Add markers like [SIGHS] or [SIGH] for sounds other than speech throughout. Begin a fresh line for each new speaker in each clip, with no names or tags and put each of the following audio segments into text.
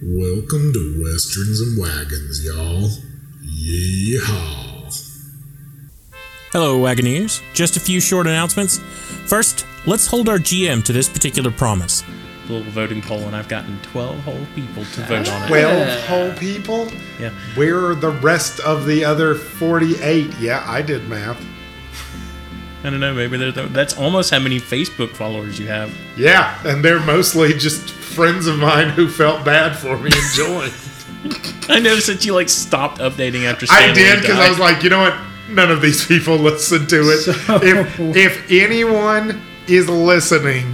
Welcome to Westerns and Wagons, y'all. Yeehaw.
Hello, Wagoneers. Just a few short announcements. First, let's hold our GM to this particular promise.
little voting poll, and I've gotten 12 whole people to vote on it.
12 whole people?
Yeah.
Where are the rest of the other 48? Yeah, I did math.
I don't know. Maybe there's no- that's almost how many Facebook followers you have. [LAUGHS]
Yeah, and they're mostly just friends of mine who felt bad for me and joined.
I noticed that you like stopped updating after.
I
Stanley
did because I
died.
was like, you know what? None of these people [LAUGHS] listen to it. if if anyone is listening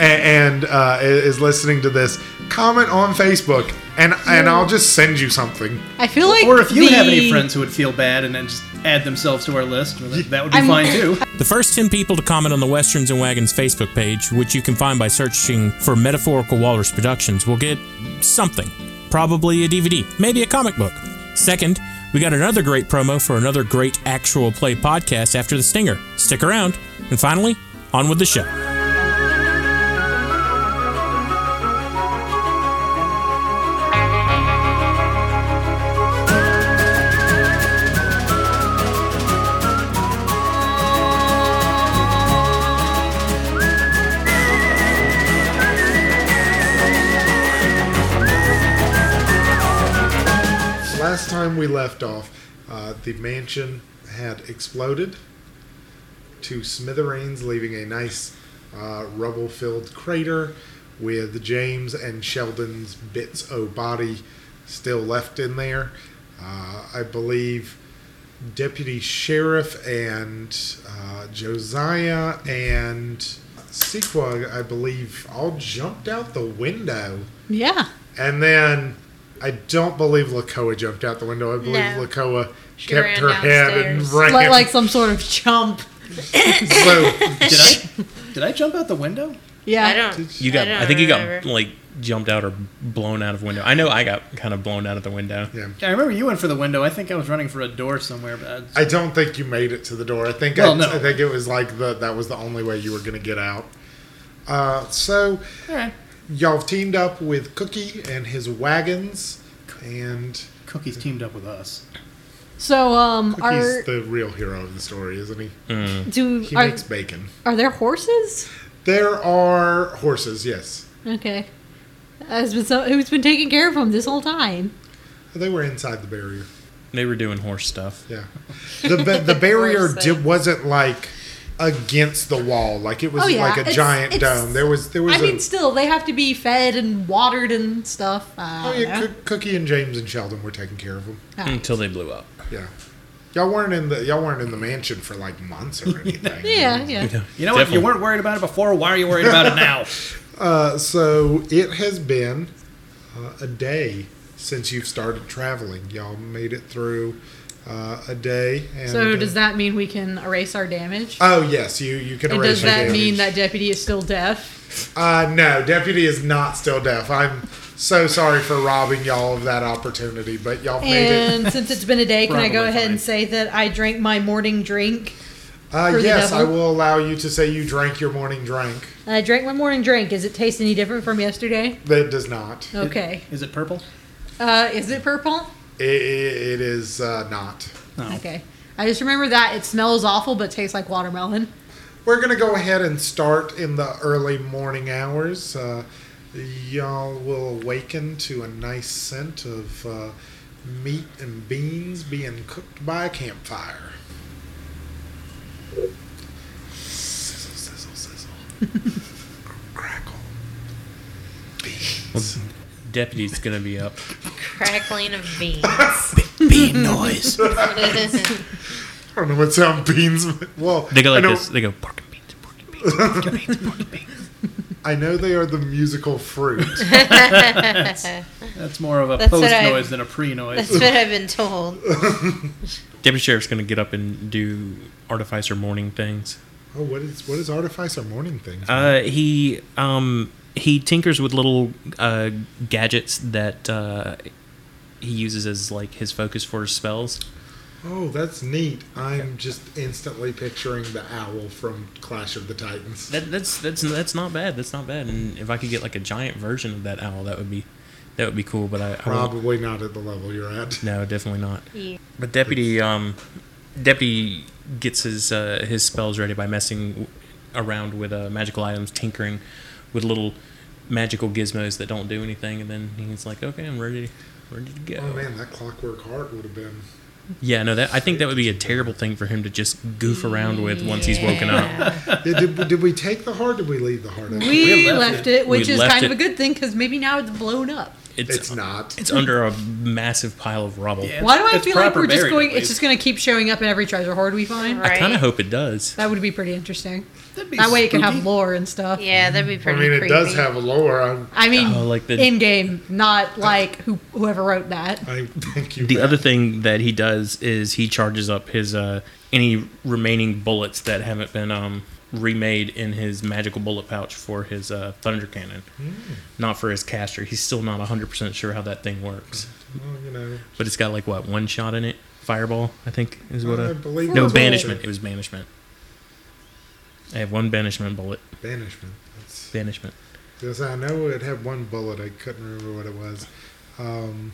a- and uh, i- is listening to this, comment on Facebook and and I'll just send you something.
I feel like.
Or if you have
the-
any friends who would feel bad and then just add themselves to our list, well, that, that would be
I'm-
[LAUGHS]
fine too.
The first 10 people to comment on the Westerns and Wagons Facebook page, which you can find by searching for Metaphorical Walrus Productions, will get something. Probably a DVD, maybe a comic book. Second, we got another great promo for another great actual play podcast after the Stinger. Stick around. And finally, on with the show.
Last time we left off, uh, the mansion had exploded to smithereens, leaving a nice uh, rubble filled crater with James and Sheldon's bits o' body still left in there. Uh, I believe Deputy Sheriff and uh, Josiah and Sequa, I believe, all jumped out the window.
Yeah.
And then I don't believe Lakoa jumped out the window. I believe
No.
Lakoa
She
kept
ran
her head and
downstairs.
ran.
Like, like some sort of jump.
[LAUGHS] so,
Did I? Did I jump out the window?
Yeah.
I don't.
You got.
I,
I,
don't
think you got
remember.
like jumped out or blown out of window. I know I got kind of blown out of the window.
yeah.
I remember you went for the window. I think I was running for a door somewhere, but uh, I,
I don't think you made it to the door. I think I,
Well, no.
I think it was like the that was the only way you were going to get out. Uh, so
all right.
y'all have teamed up with Cookie and his wagons, and
Cookie's teamed up with us.
So, um, are
he's the real hero of the story, isn't he?
do
He
are,
makes bacon.
are there horses?
There are horses. Yes,
Okay, has been so, who's been taking care of him this whole time?
they were inside the barrier.
They were doing horse stuff.
Yeah. The ba-
[LAUGHS]
the barrier
Gross
di- wasn't like against the wall. Like it was
Oh, yeah.
like a
It's-
giant
it's-
dome. There was there was
I
a
mean, still they have to be fed and watered and stuff. Uh, I
Oh
don't
yeah,
know.
Cook Cookie and James and Sheldon were taking care of them.
Until they blew up.
Yeah. Y'all weren't in the y'all weren't in the mansion for like months or anything.
[LAUGHS] yeah, yeah.
You know, if
Definitely.
you weren't worried about it before, why are you worried about it
[LAUGHS]
now?
Uh, so it has been uh, a day since you've started traveling. Y'all made it through uh, a day. And,
So
uh,
does that mean we can erase our damage?
Oh yes, you you can.
and
erase
does
your
that mean
damage.
that deputy is still deaf?
Uh, no, deputy is not still deaf. I'm so sorry for robbing y'all of that opportunity, but y'all made it.
And since it's been a day, can I go
Probably
ahead
fine.
and say that I drank my morning drink?
Uh,
for the
yes, I
devil.
will allow you to say you drank your morning drink.
I drank my morning drink. Does it taste any different from yesterday?
That does not.
Okay.
Is it purple?
Uh, is it purple?
It, it is uh, not.
No.
Okay. I just remember that it smells awful but tastes like watermelon.
We're gonna go ahead and start in the early morning hours. Uh, y'all will awaken to a nice scent of uh, meat and beans being cooked by a campfire. Sizzle, sizzle, sizzle.
[LAUGHS]
Crackle. Beans.
Deputy's gonna be up.
crackling of
[LAUGHS]
beans.
[LAUGHS] Bean noise.
I don't know what sound beans. Well,
They go
I
like
know,
this. They go pork and beans, pork and beans, pork and beans, pork and beans.
I know they are the musical fruit. [LAUGHS]
That's more of a
That's
post
what I-
noise than a pre
That's
noise.
what I've been told.
Deputy sheriff's gonna get up and do artificer morning things.
oh, what is what is artifice or morning thing?
Uh, he um he tinkers with little uh, gadgets that uh, he uses as like his focus for his spells.
Oh, that's neat. I'm just instantly picturing the owl from Clash of the Titans.
That, that's that's that's not bad. That's not bad. And if I could get like a giant version of that owl, that would be That would be cool, but I, I won't-
Probably not at the level you're at.
no, definitely not.
Yeah.
But deputy, um, deputy gets his uh, his spells ready by messing w- around with uh, magical items, tinkering with little magical gizmos that don't do anything, and then he's like, "Okay, I'm ready, ready to go."
Oh man, that clockwork heart would have been.
Yeah, no, that I think that would be a terrible thing for him to just goof around with once he's woken up.
Did, did, did we take the heart? Did we leave the heart? out?
We,
left
left it, which
We
is
left
kind of
it.
a good thing because maybe now it's blown up.
It's
it's
it's,
not.
under a massive pile of rubble.
Yeah.
Why do I
It's
feel like
proper
we're just
buried,
going?
at
It's just going to keep showing up in every treasure hoard we find.
Right.
I kind of hope it does.
That would be pretty interesting.
That'd be
That way, it can have
spooky.
lore and stuff.
Yeah, that'd be
I
pretty.
mean, it
creepy.
does have a lore. I,
I mean,
Oh, like the-
in game, not like who whoever wrote that.
I thank you.
The
Matt.
other thing that he does is he charges up his uh, any remaining bullets that haven't been um, remade in his magical bullet pouch for his uh, thunder cannon, not for his caster. He's still not 100% sure how that thing works,
Well, you know,
but it's got like what one shot in it. Fireball, I think, is what.
I
a-
believe
no
that's
banishment.
what
It was banishment. I have one banishment bullet.
it- Banishment. That's,
Banishment.
because I know it had one bullet. I couldn't remember what it was. Um,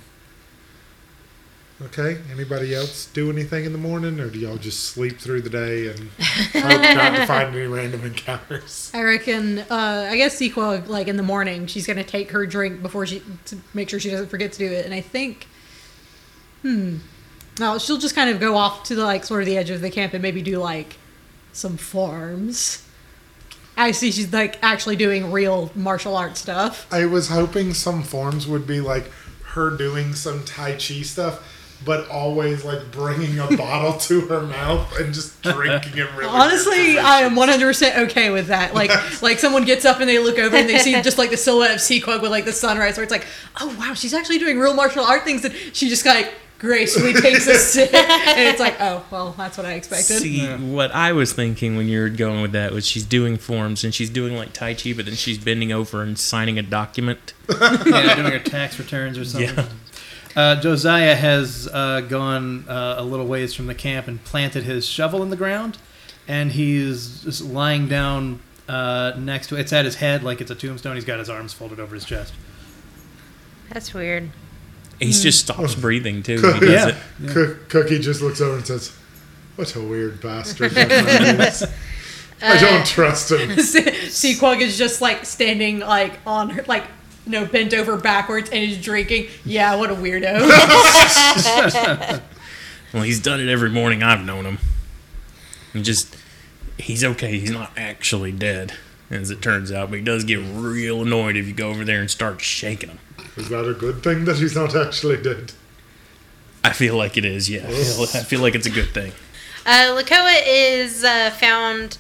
okay. Anybody else do anything in the morning, or do y'all just sleep through the day and hope not to find any random encounters?
I reckon. Uh, I guess Sequa, like in the morning, she's gonna take her drink before she to make sure she doesn't forget to do it. And I think, hmm, no, she'll just kind of go off to the like sort of the edge of the camp and maybe do like some farms. I see she's like actually doing real martial arts stuff.
I was hoping some forms would be like her doing some Tai Chi stuff, but always like bringing a bottle to her mouth and just drinking it really.
Honestly, I am 100% okay with that. [LAUGHS] Like, like someone gets up and they look over and they [LAUGHS] see just like the silhouette of Sequog with like the sunrise, where it's like, oh wow, she's actually doing real martial art things, and she just kind of gracefully takes [LAUGHS] a sip, and it's like, oh well, that's what I expected. [LAUGHS]
See, what I was thinking when you were going with that was she's doing forms and she's doing like Tai Chi, but then she's bending over and signing a document. [LAUGHS]
yeah, doing her tax returns or something. Uh, Josiah has uh, gone uh, a little ways from the camp and planted his shovel in the ground, and he's just lying down uh, next to it. It's at his head like it's a tombstone. He's got his arms folded over his chest.
That's weird.
He just stops breathing too. When he does
Yeah.
it.
Cook, Cookie just looks over and says, "What a weird bastard." that is." I don't trust him.
[LAUGHS] Sequog is just like standing like on her like. No, bent over backwards and is drinking. Yeah, what a [LAUGHS] weirdo.
Well, he's done it every morning I've known him. And just, he's okay. He's not actually dead, as it turns out, but he does get real annoyed if you go over there and start shaking him.
Is that a good thing that he's not actually dead?
I feel like it is, yeah. [LAUGHS] I feel like it's a good thing.
Uh, Lakoa is uh, found.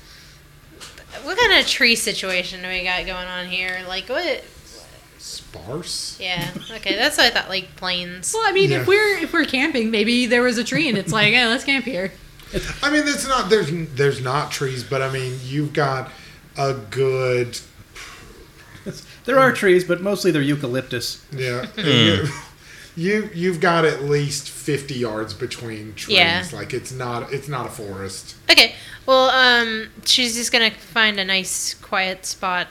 What kind of tree situation do we got going on here? Like what?
Sparse.
Yeah. Okay, that's what I thought. Like plains.
well, I mean,
Yeah.
if we're if we're camping, maybe there was a tree and it's like, yeah, let's camp here.
I mean, it's not there's there's not trees, but I mean, you've got a good
There are trees, but mostly they're eucalyptus.
[LAUGHS]
Yeah.
Hmm.
You, you you've got at least fifty yards between trees.
Yeah.
Like it's not it's not a forest.
Okay. Well, um, she's just gonna find a nice quiet spot,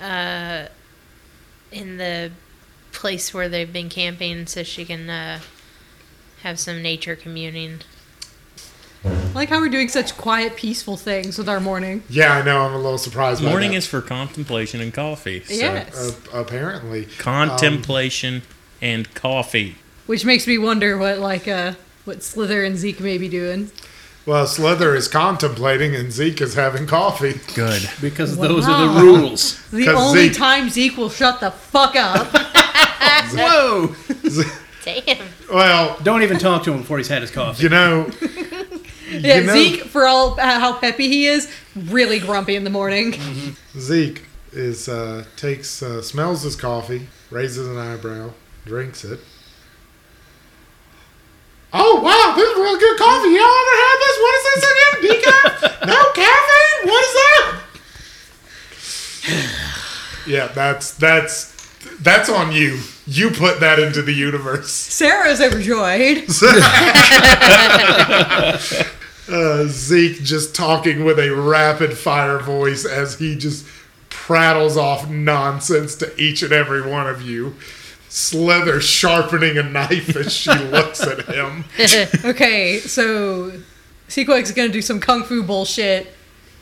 uh, in the place where they've been camping, so she can uh, have some nature communing.
I like how we're doing such quiet, peaceful things with our morning.
Yeah, I know. I'm a little surprised. by
Morning
that.
is for contemplation and coffee. So.
Yes.
A- apparently.
Contemplation and coffee.
Which makes me wonder what like uh what Slither and Zeke may be doing.
Well, Slither is contemplating, and Zeke is having coffee.
Good.
Because
Wow.
those are the rules.
The
'Cause
only
Zeke-
time Zeke will shut the fuck up.
Whoa!
[LAUGHS] Damn.
Well,
Don't even talk to him before he's had his coffee.
you know,
yeah,
[LAUGHS] You know-
Zeke, for all uh, how peppy he is, really grumpy in the morning.
[LAUGHS] Zeke is uh, takes uh, smells his coffee, raises an eyebrow, drinks it. Oh wow, this is real good coffee. Y'all ever had this? What is this again? Decaf? No caffeine? What is that? [SIGHS] Yeah, that's that's that's on you. You put that into the universe.
Sarah's overjoyed.
Uh, Zeke just talking with a rapid fire voice as he just prattles off nonsense to each and every one of you. Slither sharpening a knife as she looks at him.
Okay, so Sequoia's gonna do some kung fu bullshit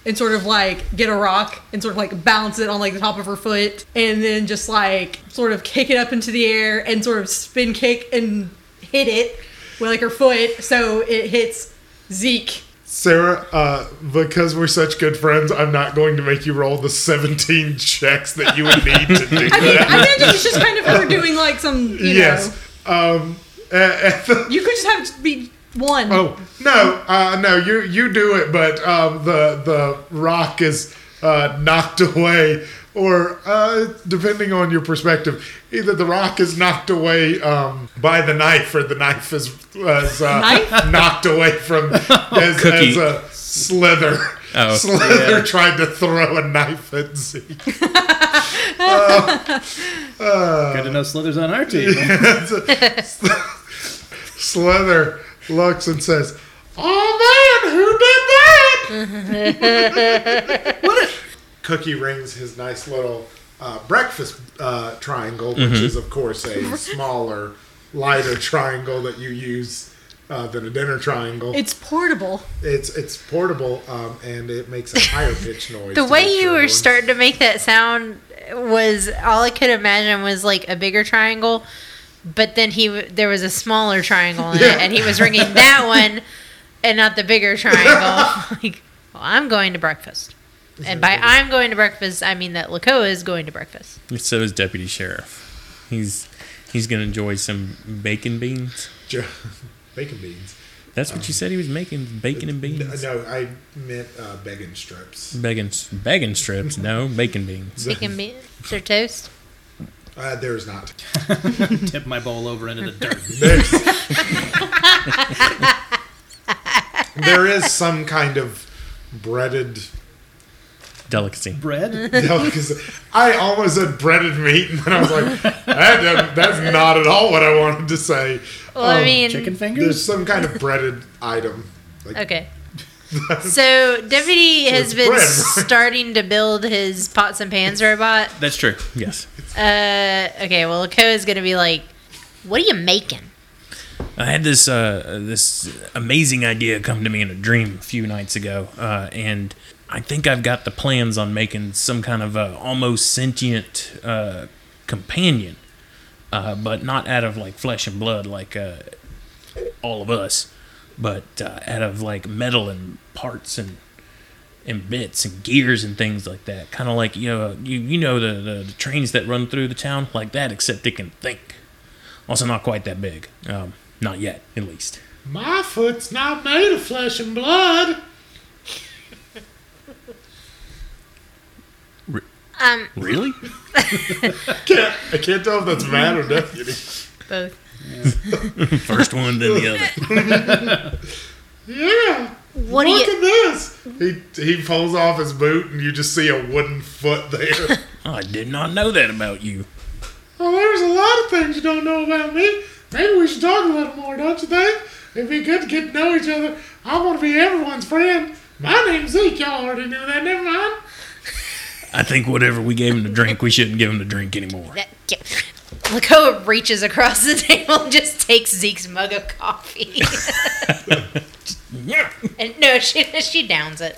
and sort of like get a rock and sort of like bounce it on like the top of her foot and then just like sort of kick it up into the air and sort of spin kick and hit it with like her foot so it hits Zeke.
Sarah, uh, because we're such good friends, I'm not going to make you roll the 17 checks that you would need to do
[LAUGHS] I mean,
that.
I imagine it's just kind of her doing like some, you
yes.
know,
Um, a- at the-
you could just have it just be one.
oh no, uh, no, you you do it, but um, the the rock is uh, knocked away, or uh, depending on your perspective, either the rock is knocked away um, by the knife, or the knife is, is uh,
Knife?
[LAUGHS] knocked away from as,
Cookie.
as a slither.
Oh,
Slither tried to throw a knife at Zeke.
Good to know Slither's on our team.
Slither looks and says, "Oh man, who did that?" Cookie rings his nice little uh, breakfast uh, triangle, which is of course a smaller, lighter triangle that you use uh, than a dinner triangle.
It's portable. [LAUGHS]
It's it's portable um, and it makes a higher pitch noise.
The
to
way
make
you
sure
were
everyone's-
starting to make that sound was all I could imagine was like a bigger triangle, but then he w- there was a smaller triangle in
Yeah.
it, and he was
[LAUGHS]
ringing that one and not the bigger triangle. [LAUGHS] like, well, I'm going to breakfast, and by I'm going to breakfast, I mean that Lakoa is going
[LAUGHS]
to breakfast.
So is deputy sheriff. He's he's gonna enjoy some bacon beans.
[LAUGHS] bacon beans.
That's what you said he was making bacon and
No,
beans.
no, I meant uh, bacon strips.
Bacon bacon strips. No bacon beans.
Bacon beans or toast.
Uh, there's not.
Tip my bowl over into the dirt.
There's, there is some kind of breaded
Delicacy.
Bread?
delicacy. I almost said breaded meat, and then I was like, that, doesn't- that's not at all what I wanted to say.
Well,
Oh,
I mean,
Chicken
There's
fingers?
some kind of breaded item. Like, [LAUGHS]
Okay. so Deputy has
it's
been
bread, right?
starting to build his pots and pans robot.
That's true. Yes.
Uh, okay. Well, Lako is gonna be like, "What are you making?"
I had this uh, this amazing idea come to me in a dream a few nights ago, uh, and I think I've got the plans on making some kind of uh, almost sentient uh, companion, uh, but not out of like flesh and blood like uh, all of us, but uh, out of like metal and parts and and bits and gears and things like that. Kind of like you know you you know the, the the trains that run through the town like that, except it can think. Also, not quite that big. Um, not yet, at least.
My foot's not made of flesh and blood.
Um,
Really?
Can't, I can't tell if that's mad or deputy.
both.
First one, then the
[LAUGHS]
other.
Yeah.
What do
Look
you?
at this. He he pulls off his boot, and you just see a wooden foot there.
Oh, I did not know that about you.
Well, there's a lot of things you don't know about me. Maybe we should talk a little more, don't you think? It'd be good to get to know each other. I want to be everyone's friend. My name's Zeke. Y'all already knew that. Never mind.
I think whatever we gave him to drink, we shouldn't give him to drink anymore.
[LAUGHS]
[LAUGHS]
That, yeah. Lakoa reaches across the table and just takes Zeke's mug of coffee. [LAUGHS]
Yeah.
and no, she she downs it.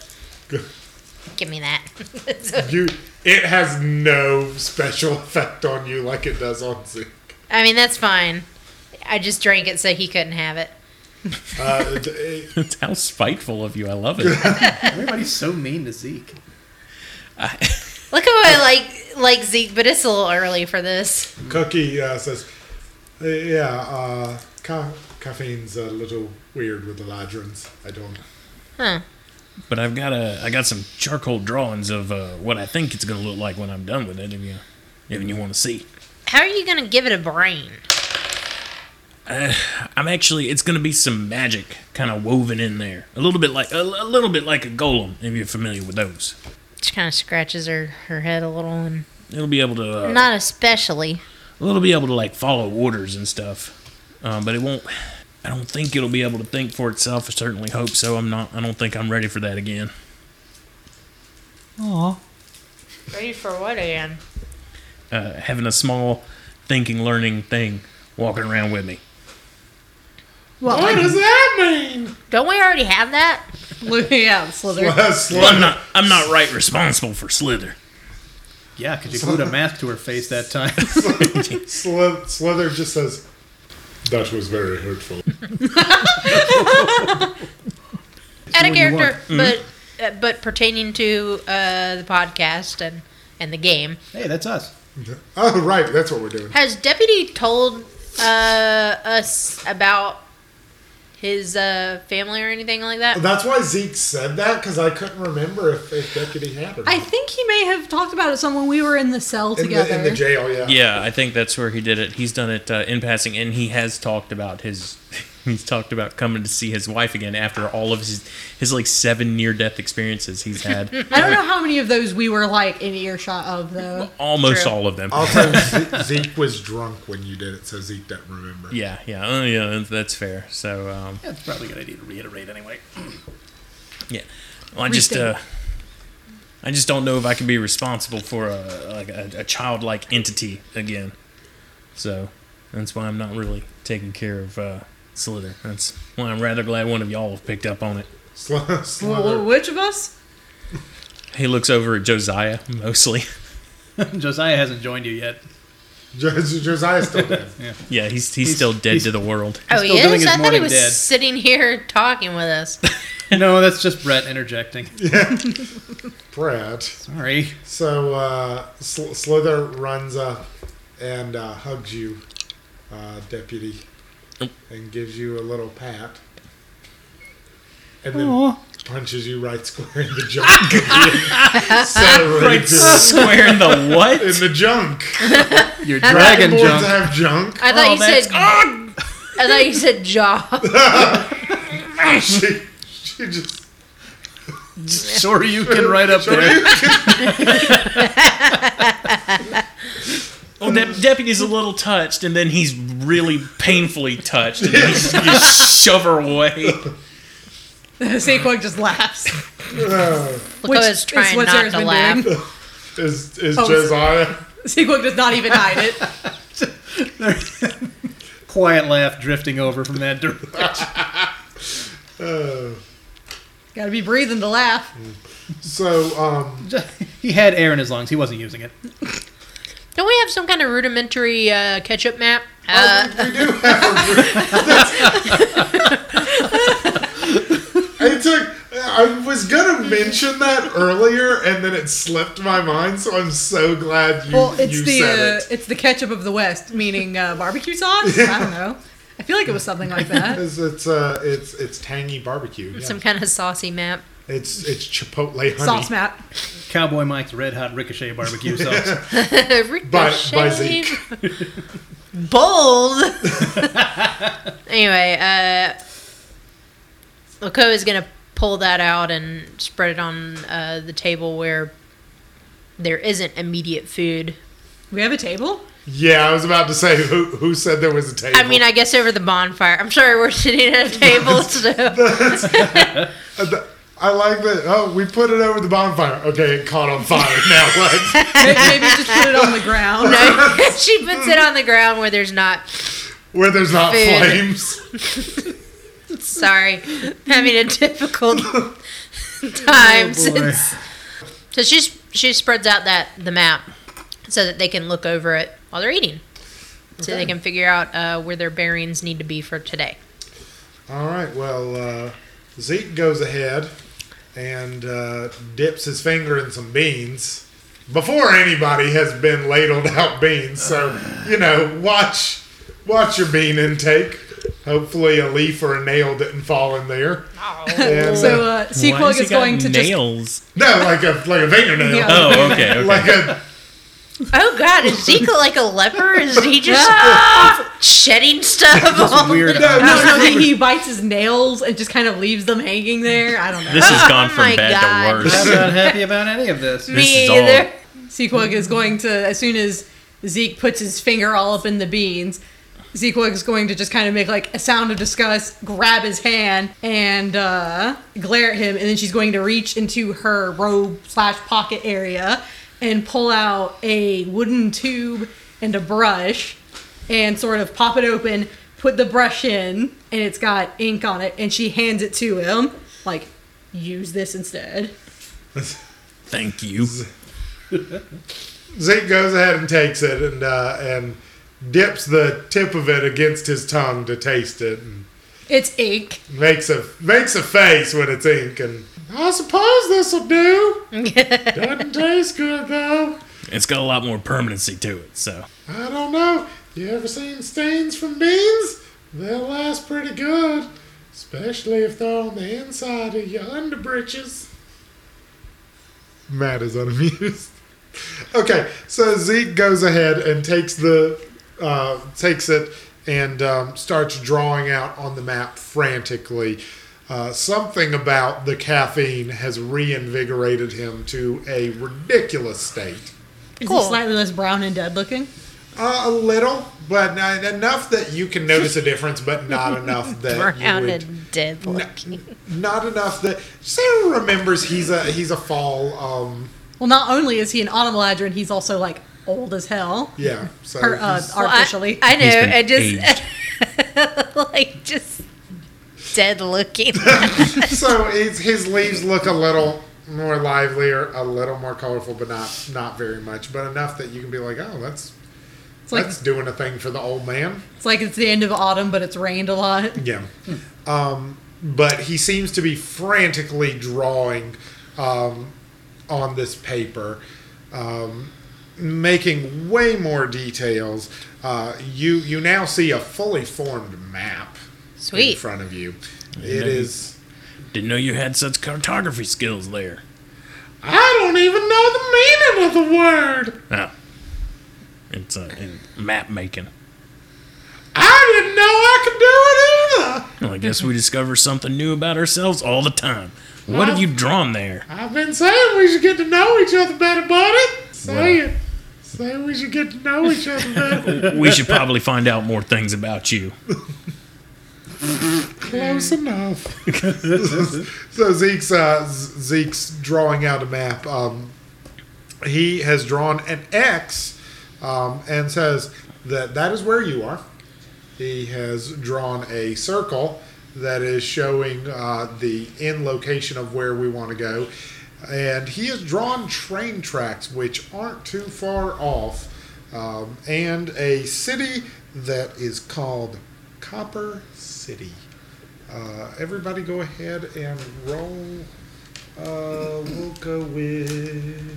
Give me that. [LAUGHS] So,
You. It has no special [LAUGHS] effect on you like it does on Zeke.
I mean, that's fine. I just drank it so he couldn't have it.
Uh, it-
[LAUGHS] That's how spiteful of you. I love it.
[LAUGHS]
Everybody's so mean to Zeke.
Look how I like like Zeke, but it's a little early for this.
Cookie uh, says, uh, "Yeah, uh, ca- caffeine's a little weird with eladrins. I don't."
Huh.
But I've got a, I got some charcoal drawings of uh, what I think it's gonna look like when I'm done with it. If you, if you want to see,
How are you gonna give it a brain?
I'm actually, it's gonna be some magic kind of woven in there, a little bit like, a, a little bit like a golem. If you're familiar with those,
She kind of scratches her, her head a little and
it'll be able to. Uh,
not especially.
Well, it'll be able to like follow orders and stuff, um, but it won't. I don't think it'll be able to think for itself. I certainly hope so. I'm not. I don't think I'm ready for that again.
Ready for what again?
Uh, having a small thinking, learning thing walking around with me.
Well,
What does that [LAUGHS] mean?
Don't we already have that?
like, yeah, Slither.
Well, I'm
Slither.
not. I'm not right responsible for Slither.
Yeah, because you
[LAUGHS]
glued a mask to her face that time.
Slither. Slither just says, "That was very hurtful."
Out of
what you
character, but uh, but pertaining to uh, the podcast and and the game.
hey, that's us.
oh, right. That's what we're doing.
Has deputy told uh, us about his uh, family or anything like that?
That's why Zeke said that because I couldn't remember if, if Deputy had or not.
I think he may have talked about it some when we were in the cell
in,
together.
the, in the jail. Yeah.
Yeah, I think that's where he did it. He's done it uh, in passing, and he has talked about his. [LAUGHS] He's talked about coming to see his wife again after all of his his like seven near death experiences he's had.
[LAUGHS] I don't know how many of those we were like in earshot of though.
Almost
True.
all of them.
Also, Ze- Zeke was drunk when you did it, so Zeke doesn't remember.
Yeah, yeah, oh, yeah. That's fair. So, um,
That's probably a good idea to reiterate anyway.
[CLEARS THROAT] yeah, well, I just,
Restate.
uh, I just don't know if I can be responsible for a like a, a childlike entity again. So that's why I'm not really taking care of uh, Slither. That's why I'm rather glad one of y'all picked up on it.
Sl- [LAUGHS]
Wh- wh-
Slither.
Which of us? [LAUGHS]
He looks over at Josiah mostly. [LAUGHS]
Josiah hasn't joined you yet.
Jos- Josiah's still dead.
Yeah, he's he's, still dead
he's-
to the world. [LAUGHS]
oh,
still
he
doing his
is. I thought he
morning
was
dead.
sitting here talking with us.
No, that's just Brett interjecting.
Brad.
Sorry.
So uh, Sl- Slither runs up and uh, hugs you, uh, deputy, and gives you a little pat, and then punches you right square in the junk. [LAUGHS] so right
Square in the
in
what?
the junk.
Your
Dragon
dragon
boards
jump.
have junk.
I thought
Oh,
you said. I thought you said jaw.
[LAUGHS] She, she just
Sure, you can right up there.
Well, the deputy's a little touched, and then he's really painfully touched, and then he just shove her away.
Saquon just laughs.
uh,
Which
Because
is
trying
what
not
Sarah's
to
been
laugh.
doing. [LAUGHS]
is is
Oh, it's-
Josiah.
Saquon does not even hide it. [LAUGHS]
Quiet laugh drifting over from that direction.
Uh,
Got to be breathing to laugh.
so um,
He had air in his lungs. He wasn't using it.
Don't we have some kind of rudimentary uh, catch-up map? Uh,
I took. I was gonna mention that earlier, and then it slipped my mind. So I'm so glad you
Well, it's
you
the
said
uh,
it.
it's the ketchup of the West, meaning uh, barbecue sauce. I don't know. I feel like it was something
[LAUGHS]
like that.
It's it's, uh, it's it's tangy barbecue. yeah.
some kind of saucy map. [LAUGHS]
It's it's chipotle honey
Sauce map.
Cowboy Mike's red hot ricochet
[LAUGHS]
barbecue sauce.
by Zeke.
Bold. anyway, uh, Loko is gonna pull that out and spread it on uh, the table where there isn't immediate food.
We have a table.
[LAUGHS] Yeah, I was about to say who who said there was a table.
I mean, I guess over the bonfire. I'm sorry, we're [LAUGHS] sitting at a table, so [LAUGHS]
Uh, the- I like that. Oh, we put it over the bonfire. Okay, it caught on
[LAUGHS]
fire. now what?
May- Maybe just put it on the ground.
she puts it on the ground where there's not.
Where there's not
Food.
flames.
[LAUGHS] Sorry, having a [LAUGHS] difficult time since. So she she spreads out that the map so that they can look over it while they're eating, so they can figure out uh, where their bearings need to be for today.
All right. Well, uh, Zeke goes ahead and uh, dips his finger in some beans before anybody has been ladled out beans. So you know, watch watch your bean intake. Hopefully, a leaf or a nail didn't fall in there. And,
So
uh,
uh, Sequog is going to just
nails?
no, like a like a fingernail.
Yeah.
Oh, okay, okay.
Like a
Oh God, is [LAUGHS] Zeke like a leper? Is [LAUGHS] he just shedding stuff? all
Weird.
the-
no,
I don't
no,
know, he, he bites his nails and just kind of leaves them hanging there. I don't know.
this has gone
Oh
from
my
bad
God.
to
I'm
worse.
not happy about any of this.
ah, This
Me
is all-
either.
Sequog is going to, as soon as Zeke puts his finger all up in the beans, Sequog is going to just kind of make like a sound of disgust, grab his hand, and uh, glare at him. And then she's going to reach into her robe slash pocket area and pull out a wooden tube and a brush and sort of pop it open, put the brush in, and it's got ink on it, and she hands it to him, like, use this instead.
Thank you.
Zeke goes ahead and takes it and uh, and dips the tip of it against his tongue to taste it and
It's ink.
makes a makes a face when it's ink and I suppose this'll do. Doesn't taste good though.
It's got a lot more permanency to it, so
I don't know. You ever seen stains from beans? They last pretty good, especially if they're on the inside of your underbritches. Matt is unamused. [LAUGHS] Okay, so Zeke goes ahead and takes the uh, takes it and um, starts drawing out on the map frantically. Uh, something about the caffeine has reinvigorated him to a ridiculous state.
Is
Cool.
he slightly less brown and dead looking?
Uh, a little, but not, enough that you can notice a difference, but not enough that you
Brown
would,
and dead looking. [LAUGHS]
not enough that Sarah remembers he's a he's a fall. Um,
Well, not only is he an automaladrin, he's also like old as hell.
yeah, so
Or, uh,
he's-
Well, I-
artificially.
I,
He's
know.
been
I just [LAUGHS] like just dead [LAUGHS] looking.
[LAUGHS] so his his leaves look a little more livelier, a little more colorful, but not not very much, but enough that you can be like, oh, that's
it's like
that's doing a thing for the old man.
it's like it's the end of autumn, but it's rained a
[LAUGHS]
lot.
Yeah. Um, but he seems to be frantically drawing um, on this paper, um, making way more details. Uh, you you now see a fully formed map in
Sweet.
front of you. It is.
didn't know you had such cartography skills there.
I don't even know the meaning of the word.
Oh. It's uh, in map making.
I didn't know I could do it either.
Well, I [LAUGHS] guess we discover something new about ourselves all the time. What have you drawn there?
I've been saying we should get to know each other better, buddy. Say it. Say we should get to know each other [LAUGHS] better.
We should probably find out more things about you.
Close enough. Hmm. [LAUGHS] so Zeke's uh, Z- Zeke's drawing out a map. Um, he has drawn an X um, and says that that is where you are. He has drawn a circle that is showing uh, the end location of where we want to go, and he has drawn train tracks which aren't too far off, um, and a city that is called Copper City. Uh, everybody go ahead and roll. Uh, we'll go with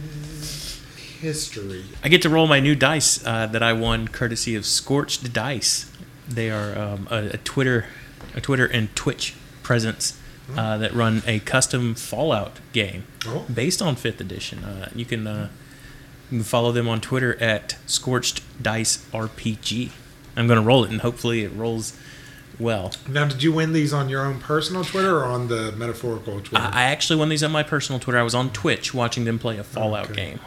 history.
I get to roll my new dice uh, that I won courtesy of Scorched Dice. They are um, a, a Twitter, a Twitter and Twitch presence uh,
Mm-hmm.
that run a custom Fallout game
Oh.
based on Fifth Edition. Uh, you can uh, you can follow them on Twitter at Scorched Dice RPG. I'm gonna roll it and hopefully it rolls well.
Now, did you win these on your own personal Twitter or on the metaphorical Twitter?
I, I actually won these on my personal Twitter. I was on Twitch watching them play a Fallout
Okay.
game.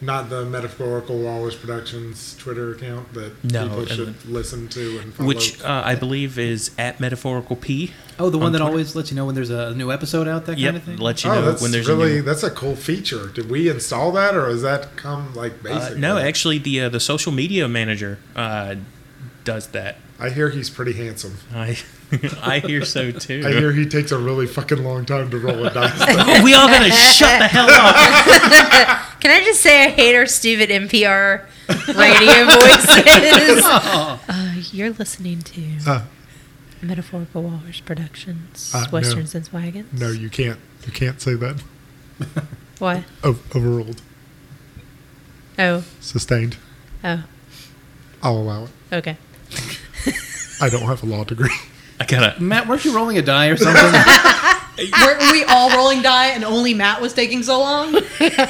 Not the metaphorical Wallace Productions Twitter account that
No,
people
and
should listen to and follow.
Which uh, I believe is at metaphorical p.
Oh, the one
On
that
Twitter.
always lets you know when there's a new episode out, that kind
Yep,
of thing.
let you
oh,
know
that's
when there's a new
really that's a cool feature. Did we install that or is that come like
Uh,
basic?
no, actually, the uh, the social media manager uh, does that.
I hear he's pretty handsome.
I [LAUGHS] I hear so too. [LAUGHS]
I hear he takes a really fucking long time to roll a dice. [LAUGHS]
Oh, we all gotta shut the hell up.
Can I just say I hate our stupid NPR
[LAUGHS]
radio [LAUGHS] voices?
Oh.
uh, you're listening to
Uh,
Metaphorical Walrus Productions,
Uh, no.
Westerns and Wagons.
no, you can't. You can't say that.
What?
O- overruled,
Oh,
sustained.
oh,
I'll allow it.
okay.
I don't have a law [LAUGHS] degree.
I gotta.
Matt, weren't you rolling a die or something?
[LAUGHS]
Were we all rolling die and only Matt was taking so long?
I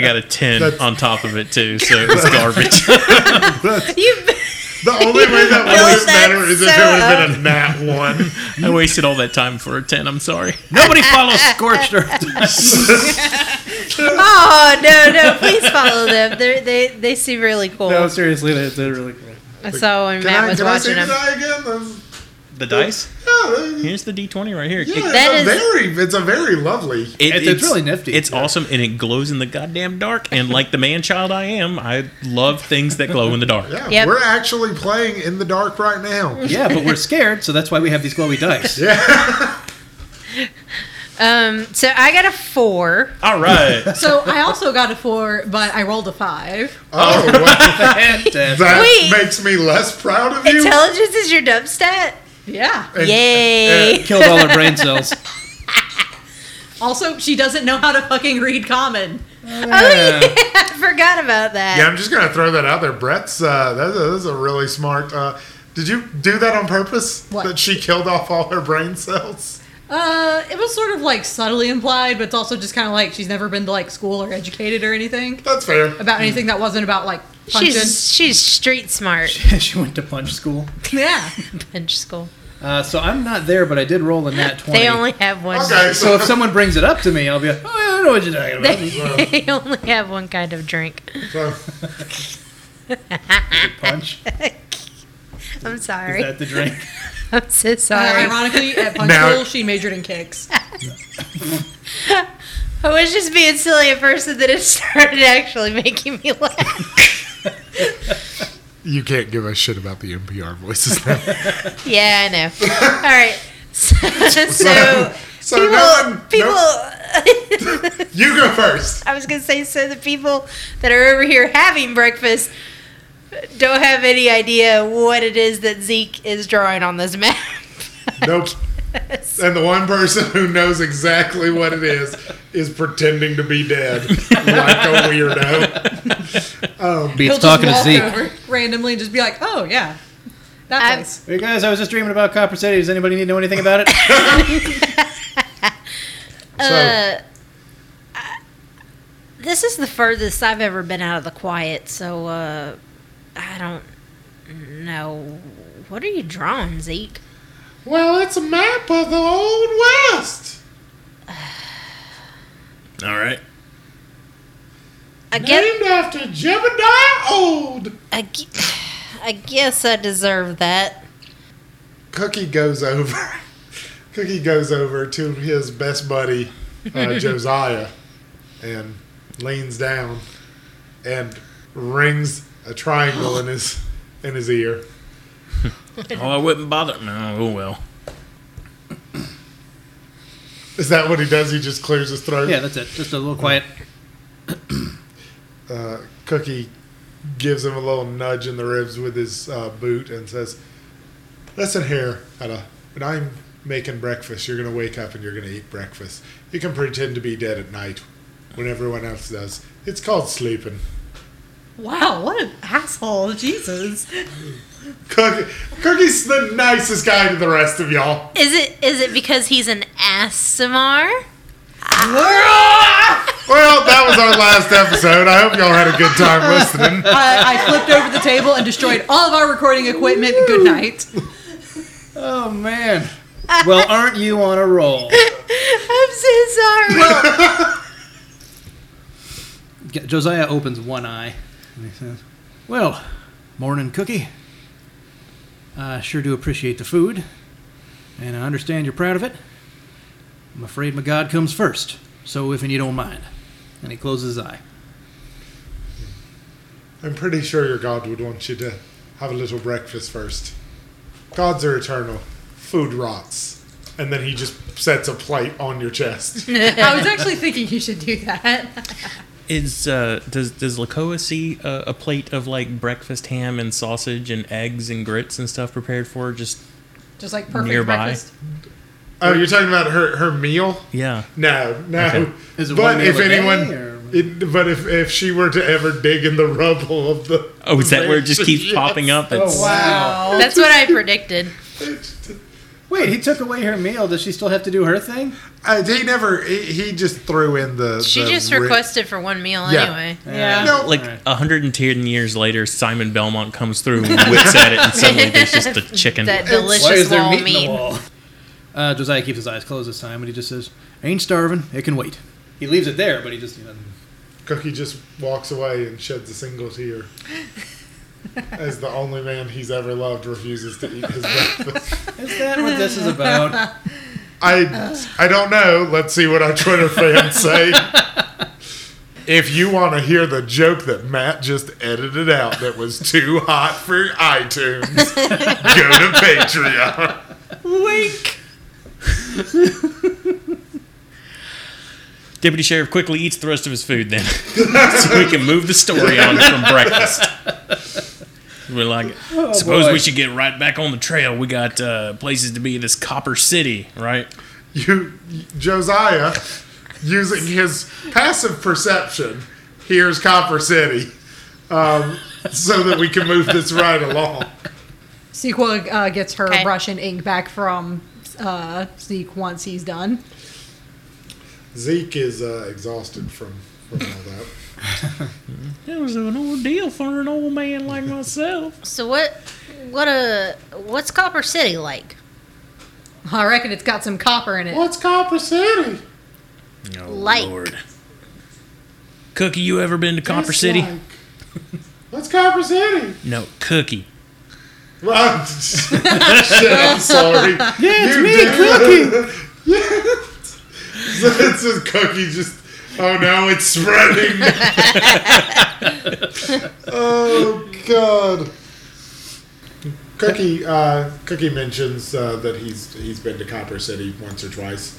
got a ten
That's-
on top of it too, so it was garbage.
[LAUGHS] You [LAUGHS]
The only way that would
No,
have mattered
that's
is if
so
there would have been a
[LAUGHS]
nat one.
I wasted all that time for a ten. I'm sorry.
[LAUGHS] Nobody follows Scorched Earth.
Oh no no! Please follow them. They're, they they seem really cool.
No, seriously, they're, they're really cool.
I saw when
Can
Matt
I,
was
can I see
watching
the
them.
die again? That's-
[LAUGHS] The dice.
Yeah,
Here's the D20 right here.
yeah
It-
That
it's, a
is-
very, it's a very lovely.
it-
It's- it's really nifty.
It's
Yeah.
awesome, and it glows in the goddamn dark. And like the man child I am, I love things that glow in the dark.
Yeah,
Yep.
we're actually playing in the dark right
[LAUGHS]
now.
Yeah, but we're scared, so that's why we have these
[LAUGHS]
glowy dice.
Um, so I got a four.
All
[LAUGHS]
right.
So I also got a four, but I rolled a five.
Oh, well,
Fantastic.
that
Wait.
makes me less proud of you.
Intelligence is your dump stat.
Yeah.
And- uh,
Yay!
Killed all our brain
[LAUGHS]
cells.
Also, she doesn't know how to fucking read common.
[LAUGHS] I forgot about that.
Yeah, I'm just gonna throw that out there. Brett's uh, that's, a, that's a really smart. Uh, did you do that on purpose?
What?
That she killed off all her brain cells.
Uh, it was sort of like subtly implied, but it's also just kind of like she's never been to like school or educated or anything
That's fair.
about anything that wasn't about like punching.
She's she's street smart.
[LAUGHS] she went to punch school.
[LAUGHS] yeah.
Punch school.
Uh, so I'm not there, but I did roll in that 20.
They only have one.
Okay,
so
so
if someone brings it up to me, I'll be like, oh, yeah, I know what you're talking about.
[LAUGHS] They only have one kind of drink.
so-
[LAUGHS]
punch.
I'm
Is
sorry.
that the drink?
I'm so
Uh,
[LAUGHS] sorry.
ironically,
[LAUGHS]
at punch
Now-
school, she majored in kicks.
I was just being silly at first, and then it [LAUGHS] started actually making me laugh.
you can't give a shit about the NPR voices
[LAUGHS]
now.
[LAUGHS] yeah, I know. All right. [LAUGHS] So, so,
[LAUGHS] so
people,
no one- no-
people.
you go first.
I was gonna say, so the people that are over here having breakfast don't have any idea what it is that Zeke is drawing on this map.
Nope. And the one person who knows exactly what it
[LAUGHS]
is is pretending to be dead like a weirdo.
Beats
He'll just walk over randomly and just be like, "Oh yeah, that
I'm-
place."
Hey guys, I was just dreaming about Copper City. Does anybody need to know anything about it?
So
Uh, this is the furthest I've ever been out of the quiet, so uh, I don't know. What are you drawing, Zeke?
well, it's a map of the old west.
All right.
I guess,
Named after Jebediah Old.
I, gu- I guess I deserve that.
Cookie goes over. [LAUGHS] Cookie goes over to his best buddy uh, Josiah and leans down and rings a triangle in his in his ear.
Oh, I wouldn't bother. No, oh well.
Is that what he does? He just clears his throat.
yeah, that's it. Just a little quiet.
Uh, Cookie gives him a little nudge in the ribs with his uh, boot and says, "Listen here, Ella. When I'm making breakfast, you're gonna wake up and you're gonna eat breakfast. You can pretend to be dead at night when everyone else does. It's called sleeping."
Wow, what an asshole, Jesus!
Cook, Cookie's the nicest guy to the rest of y'all.
Is it is it because he's an ASMR?
Well, that was our last episode. I hope y'all had a good time listening.
I, I flipped over the table and destroyed all of our recording equipment. Good night. [LAUGHS]
Oh man. Well, aren't you on a roll?
I'm so sorry.
G- Josiah opens one eye. And he says, well, morning, Cookie. I sure do appreciate the food, and I understand you're proud of it. I'm afraid my God comes first, so if and you don't mind. And he closes his eye.
[LAUGHS] I'm pretty sure your God would want you to have a little breakfast first. Gods are eternal. Food rots. And then he just sets a plate on
[LAUGHS]
your chest.
I was actually thinking you should do that.
Is uh, does does Lakoa see a, a plate of like breakfast ham and sausage and eggs and grits and stuff prepared for her? Just
Just like perfect
Nearby.
breakfast.
Oh, you're talking about her, her meal?
yeah.
No, no.
Okay.
Is it one
but
meal
if
a day,
anyone,
or-
it, but if, if she were to ever dig in the rubble of the,
Oh, is that where it
[LAUGHS]
just
[LAUGHS]
keeps popping up? It's,
Oh, Wow.
That's what I predicted.
Wait, he took away her meal. Does she still have to do her thing?
uh, he never, he, he just threw in the.
She
the
just
ri-
requested for one meal
Yeah.
anyway.
Yeah.
No,
Like
Alright.
110 years later, Simon Belmont comes through and whips at it, and suddenly there's just a chicken.
[LAUGHS] That
Why is
delicious
there
wall
meat,
meat.
in the wall? Uh, Josiah keeps his eyes closed this time, and he just says, "Ain't starving. It can wait." He leaves it there, but he just you know.
Cookie just walks away and sheds a single tear. as the only man he's ever loved refuses to eat his breakfast.
Is that what this is about?
I, I don't know. Let's see what our Twitter fans say. If you want to hear the joke that Matt just edited out that was too hot for iTunes, go to Patreon.
Wink.
Deputy Sheriff quickly eats the rest of his food then, [LAUGHS] so we can move the story on from breakfast. [LAUGHS] We're like, suppose
Oh, boy.
we should get right back on the trail. We got uh, places to be. This Copper City, right?
You, Josiah, using his passive perception, hears Copper City um, so that we can move this right along.
Sequa uh, gets her
Okay.
brush and ink back from uh, Zeke once he's done.
Zeke is uh, exhausted from, from all that.
It was an ordeal for an old man like myself.
So what? What a what's Copper City like?
I reckon it's got some copper in it.
What's Copper City?
Oh,
Like.
Cookie, you ever been to Copper
It's
City?
like- What's Copper City?
No, Cookie.
Well, shit, I'm [LAUGHS] sorry. Yeah, it's me, [LAUGHS] Cookie. so it's just Cookie just. Oh no, it's [LAUGHS] spreading. oh god. Cookie, uh, Cookie mentions uh, that he's he's been to Copper City once or twice.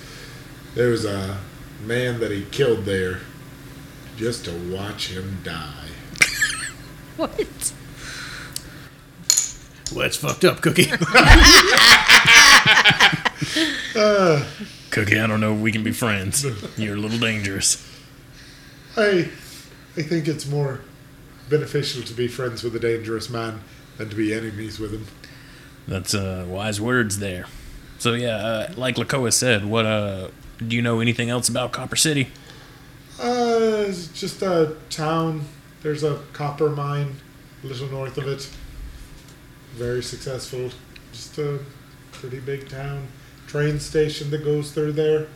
There was a man that he killed there just to watch him die.
What?
well, it's fucked up, Cookie. [LAUGHS]
Cookie, I don't know if we can be friends. You're a little dangerous.
I, I think it's more beneficial to be friends with a dangerous man than to be enemies with him.
That's uh, wise words there. So yeah, uh, like Lakoa said, what uh, do you know anything else about Copper City?
Uh, it's just a town. There's a copper mine a little north of it. Very successful. Just a pretty big town. Train station that goes through there.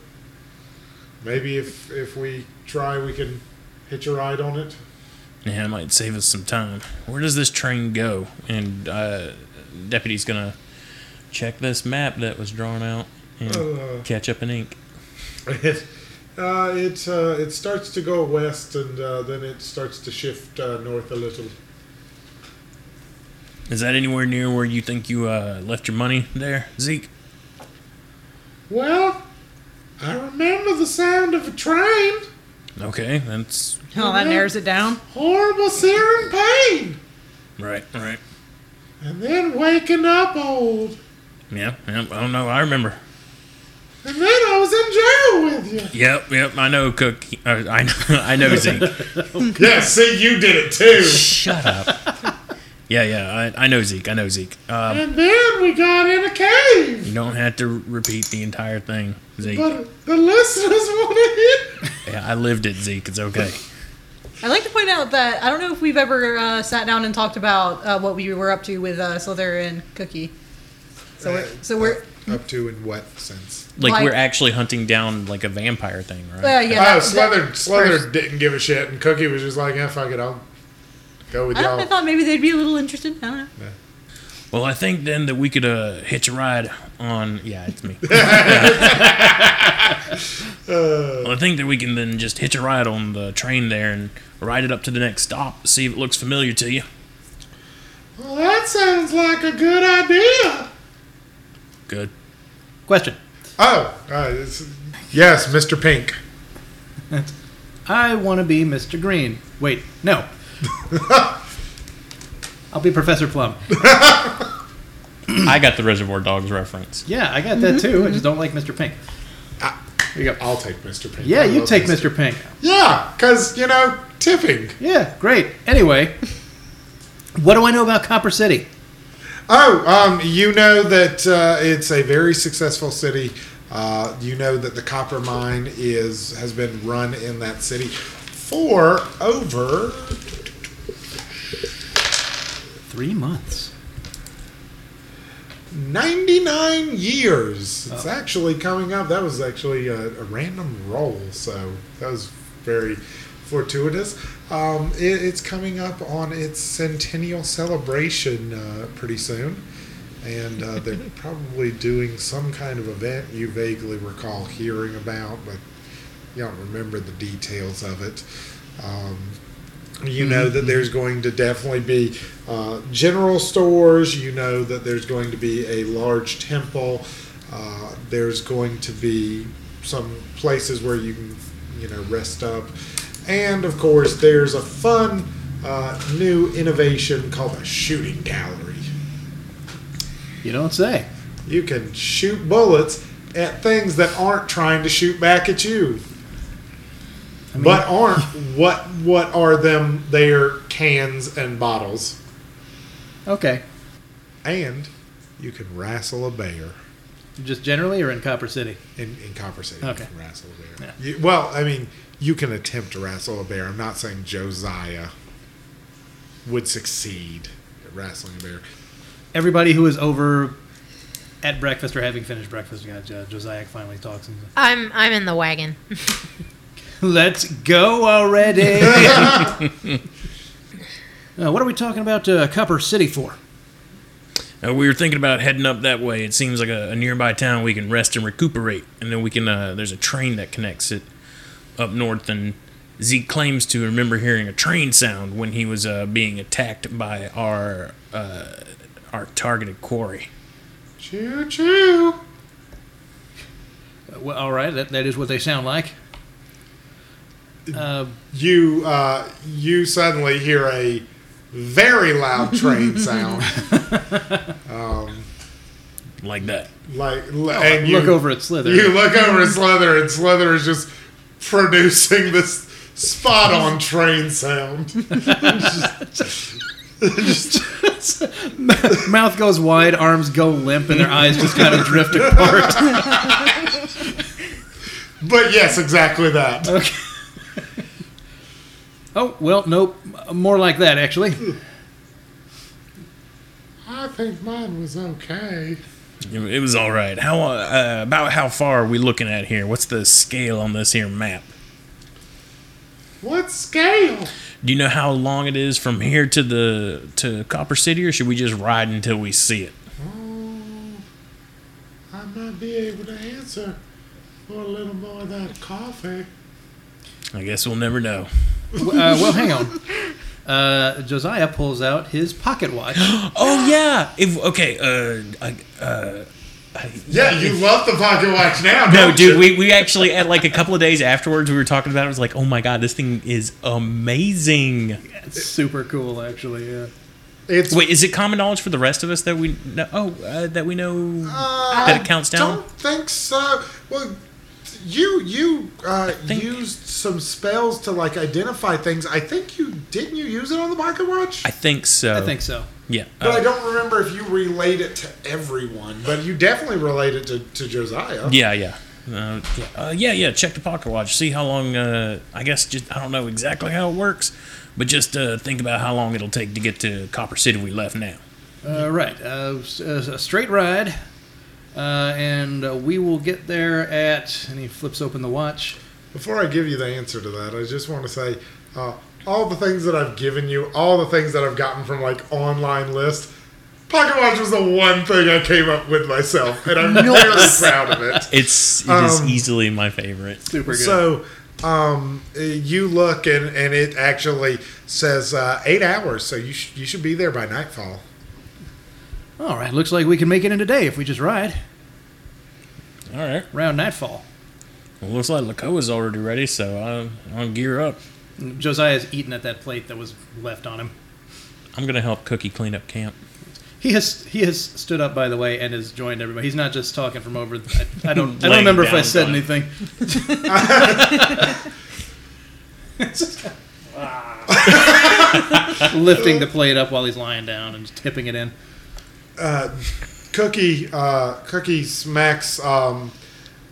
Maybe if if we try, we can hitch a ride on it.
Yeah, it might save us some time. Where does this train go? And uh, deputy's gonna check this map that was drawn out and
Uh.
catch up in ink.
It, uh, it, uh, it starts to go west and uh, then it starts to shift uh, north a little.
Is that anywhere near where you think you uh, left your money there, Zeke?
Well, I remember the sound of a train.
Okay, that's
Oh, that
Mhm.
narrows it down.
Horrible searing pain.
right. Right.
And then waking up old.
Yeah, yeah. I don't know. I remember.
And then I was in jail with
Yep, yep. I know, Cookie. Uh, I know. [LAUGHS] I know, Zeke.
you. Yeah, see, you did it too.
Shut up. Yeah, yeah, I, I know Zeke. I know Zeke. Um,
And then we got in a cave.
you don't have to repeat the entire thing, Zeke.
But the listeners [LAUGHS] want to hear.
Yeah, I lived it, Zeke. It's okay.
I'd like to point out that I don't know if we've ever uh, sat down and talked about uh, what we were up to with uh, Slither and Cookie. So we're, so we're
Up to in what sense?
Like,
Like-
we're actually hunting down like a vampire thing, right?
uh, yeah.
Oh,
that-
Slither,
that-
Slither didn't give a shit, and Cookie was just like, "Yeah, fuck it, I'll go with
I, don't, I
y'all."
thought maybe they'd be a little interested. I don't know.
Well, I think then that we could uh, hitch a ride on. Yeah, it's me. well, I think that we can then just hitch a ride on the train there and ride it up to the next stop. See if it looks familiar to you.
Well, that sounds like a good idea.
Good.
Question.
Oh, uh, it's, yes, Mr. Pink.
I want to be Mr. Green. Wait,
[LAUGHS]
no. I'll be Professor Plum.
I got the Reservoir Dogs reference.
Yeah, I got that too. I just don't like Mr. Pink.
There you go. I'll take Mr. Pink.
Yeah,
I
you
love
take Mr. Pink.
Yeah, because you know tipping.
Yeah, great. Anyway, what do I know about Copper City?
Oh, um, you know that uh, it's a very successful city. Uh, you know that the copper mine is has been run in that city for over
Three months.
99 years. It's actually coming up. That was actually a, a random roll, so that was very fortuitous. Um, it, it's coming up on its centennial celebration uh, pretty soon, and uh, they're probably doing some kind of event you vaguely recall hearing about, but you don't remember the details of it. Um, you know that there's going to definitely be uh, general stores. You know that there's going to be a large temple. Uh, there's going to be some places where you can, you know, rest up. And of course, there's a fun uh, new innovation called a shooting gallery.
You don't say.
You can shoot bullets at things that aren't trying to shoot back at you.
mean-
but aren't what what are them their cans and bottles?
Okay.
And you can wrestle a bear
Just generally or in Copper City?
in, in Copper City.
Okay.
You can wrestle a bear.
Yeah.
You- well, I mean, you can attempt to wrestle a bear. I'm not saying Josiah would succeed at wrestling a bear.
Everybody who is over at breakfast or having finished breakfast, yeah, Jo- Josiah finally talks. And goes,
I'm I'm in the wagon.
Let's
[LAUGHS]
go already. Uh, what are we talking about uh, Copper City for?
Uh, we were thinking about heading up that way. It seems like a, a nearby town we can rest and recuperate, and then we can. Uh, there's a train that connects it up north, and Zeke claims to remember hearing a train sound when he was uh, being attacked by our uh, our targeted quarry.
Choo choo.
Uh, well, all right, that, that is what they sound like. Uh,
You uh, you suddenly hear a very loud train
[LAUGHS]
sound.
Like that.
Like and you,
Oh, look over at Slither.
You [LAUGHS] look over at Slither, and Slither is just producing this spot on train sound.
[LAUGHS] Mouth goes wide, arms go limp, and their eyes just kind of drift apart.
[LAUGHS] But yes, exactly
[LAUGHS]
that.
Oh, well, nope. M- More like that, actually.
I think mine was okay.
It, it was all right. How uh, about how far are we looking at here? What's the scale on this here map?
What scale?
Do you know how long it is from here to the to Copper City, or should we just ride until we see it?
Oh, I might be able to answer for a little more of that coffee.
I guess we'll never know.
W- Uh, well, hang on. Uh, Josiah pulls out his
[GASPS]
pocket watch.
Oh yeah. If okay. Uh, I, uh,
Yeah, you love the pocket watch now.
no,
don't
dude.
you?
We, we actually at like a couple of days afterwards, we were talking about. it. I was like, oh my god, this thing is amazing.
It's super cool, actually. Yeah.
It's
Wait, is it common knowledge for the rest of us that we know? Oh, uh, that we know that it counts down.
Uh, Don't think so. Well, you you uh,
think-
used some spells to like identify things. I think you didn't you use it on the pocket watch,
I think so.
Oh.
I think so.
Yeah.
but I
uh,
don't remember if you relate it to everyone. But you definitely relate it to, to Josiah.
yeah. Yeah. Uh, yeah, uh, yeah, yeah. Check the pocket watch. See how long. Uh, I guess just I don't know exactly how it works, but just uh, think about how long it'll take to get to Copper City we left now.
Uh, right. Uh, s- uh, a straight ride. Uh, and uh, we will get there at. And he flips open the watch.
Before I give you the answer to that, I just want to say uh, all the things that I've given you, all the things that I've gotten from like online lists. Pocket watch was the one thing I came up with myself,
[LAUGHS]
and I'm really proud of it.
It's it is easily my favorite.
Super good.
So um, uh, you look and, and it actually says uh, eight hours, so you sh- you should be there by nightfall.
all right. Looks like we can make it in today if we just ride
All right.
around nightfall.
Well, looks like Lakoa's already ready, so i I'll gear up.
Josiah's eaten at that plate that was left on him.
I'm gonna help Cookie clean up camp.
He has he has stood up by the way and has joined everybody. He's not just talking from over. I, I don't I don't
Laying
remember if I
down,
said
going. [LAUGHS]
anything. [LAUGHS] It's just kind of, ah. Lifting the plate up while he's lying down and just tipping it in.
Cookie uh, Cookie smacks um,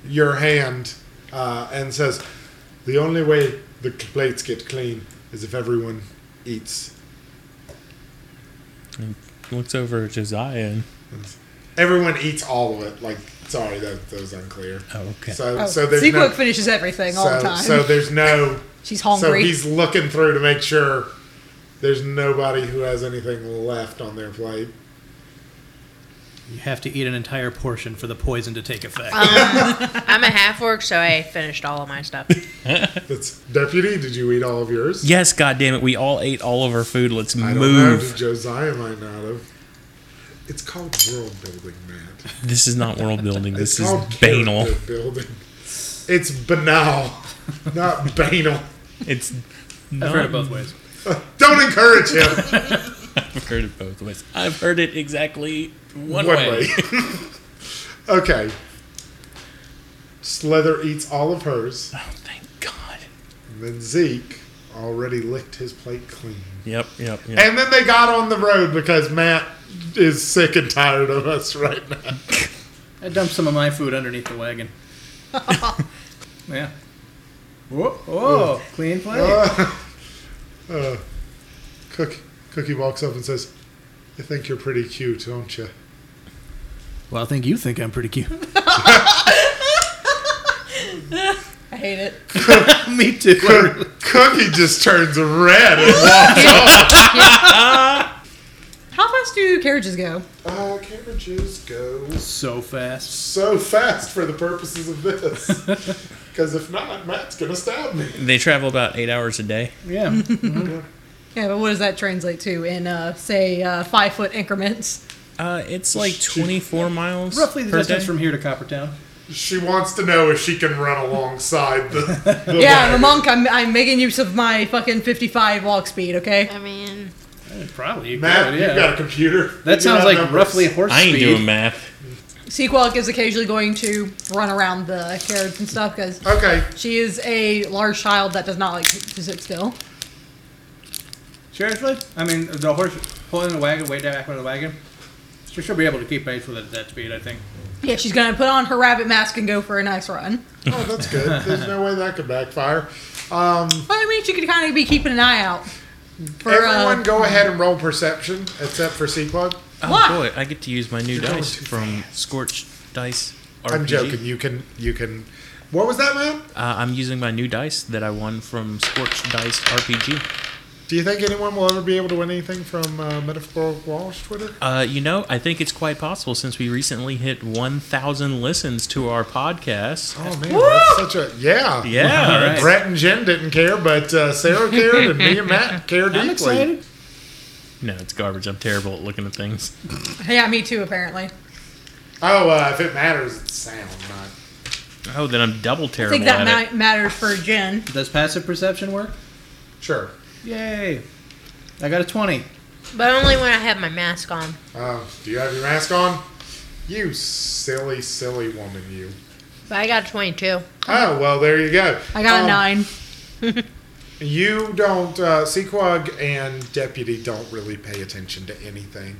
your hand uh, and says, "The only way the plates get clean is if everyone eats."
Looks over at Josiah and
Everyone eats all of it. Like, sorry, that, that was unclear.
Oh, okay.
So,
Oh,
so there's
Seaquick
no,
finishes everything all the
so,
time.
so there's
[LAUGHS]
no.
She's
So
hungry.
he's looking through to make sure there's nobody who has anything left on their plate.
You have to eat an entire portion for the poison to take effect.
Um,
I'm a half orc, so I finished all of my stuff.
That's deputy. Did you eat all of yours?
Yes, goddamn it! We all ate all of our food. Let's
I don't know.
move.
Did Josiah might not have. It's called world building, Matt.
This is not world building.
It's
This is
called
banal.
character building. It's banal, not banal.
It's
I've heard it both ways.
Don't encourage him.
I've heard it both ways. I've heard it exactly one,
One
way.
way. [LAUGHS] okay. Slither eats all of hers,
Oh, thank God.
and then Zeke already licked his plate clean.
Yep, yep, yep.
And then they got on the road because Matt is sick and tired of us right now.
I dumped some of my food underneath
[LAUGHS]
the wagon. yeah. Whoa, whoa clean plate.
Uh, Cook, Cookie walks up and says, "You think you're pretty cute, don't you?" [LAUGHS]
Well, I think you think I'm pretty cute.
I hate it.
[LAUGHS] Me too.
Cook- Cookie just turns red
[LAUGHS]
and walks.
How fast do carriages go?
uh, carriages go
so fast.
so fast for the purposes of this, because if not, Matt's gonna stab me.
They travel about eight hours a day.
Yeah.
Yeah, but what does that translate to in, uh, say, uh, five foot increments?
Uh, it's like 24 miles
[LAUGHS] Roughly the
per
distance
day.
from here to Coppertown.
She wants to know if she can run alongside the.
[LAUGHS]
the
yeah, I'm a
wagon.
monk. I'm, I'm making use of my fucking 55 walk speed, okay?
I mean,
Eh, Probably. you
Matt,
could,
you
yeah.
got a computer.
that
Figure
sounds
out
like
numbers.
roughly horse
I ain't
speed.
doing math.
Sequelk is occasionally going to run around the carriage and stuff because
Okay,
she is a large child that does not like to sit still.
Seriously? I mean, the horse pulling the wagon way back with the wagon. She should be able to keep pace with it at that speed, I think.
Yeah, she's going to put on her rabbit mask and go for a nice run.
oh that's good.
[LAUGHS]
There's no way that could backfire.
Well, I mean, she could kind of be keeping an eye out for
Everyone,
uh,
go ahead and roll perception, except for C Club.
Oh,
What?
boy. I get to use my new dice
too
from Scorched Dice RPG.
I'm joking. You can. You can. What was that, man?
Uh, I'm using my new dice that I won from Scorched Dice RPG.
Do you think anyone will ever be able to win anything from uh, Metaphorical Walsh Twitter?
Uh, you know, I think it's quite possible since we recently hit 1,000 listens to our podcast.
Oh man, that's such a yeah.
Yeah.
[LAUGHS] All right.
Brett and Jen didn't care, but uh, Sarah cared, and me and Matt
[LAUGHS]
cared deeply.
No, it's garbage. I'm terrible at looking at things.
Yeah, me too, apparently.
Oh, uh, if it matters, it's sound. Not
Oh, then I'm double
I
terrible
think that
at it.
ma- matters for Jen.
Does passive perception work?
sure.
Yay. I got a 20.
but only when I have my mask on.
Uh, do you have your mask on? You silly, silly woman, you.
But I got 22.
Oh well, there you go.
I got
Oh.
a
Um,
nine.
You don't, uh, Sequog and Deputy don't really pay attention to anything,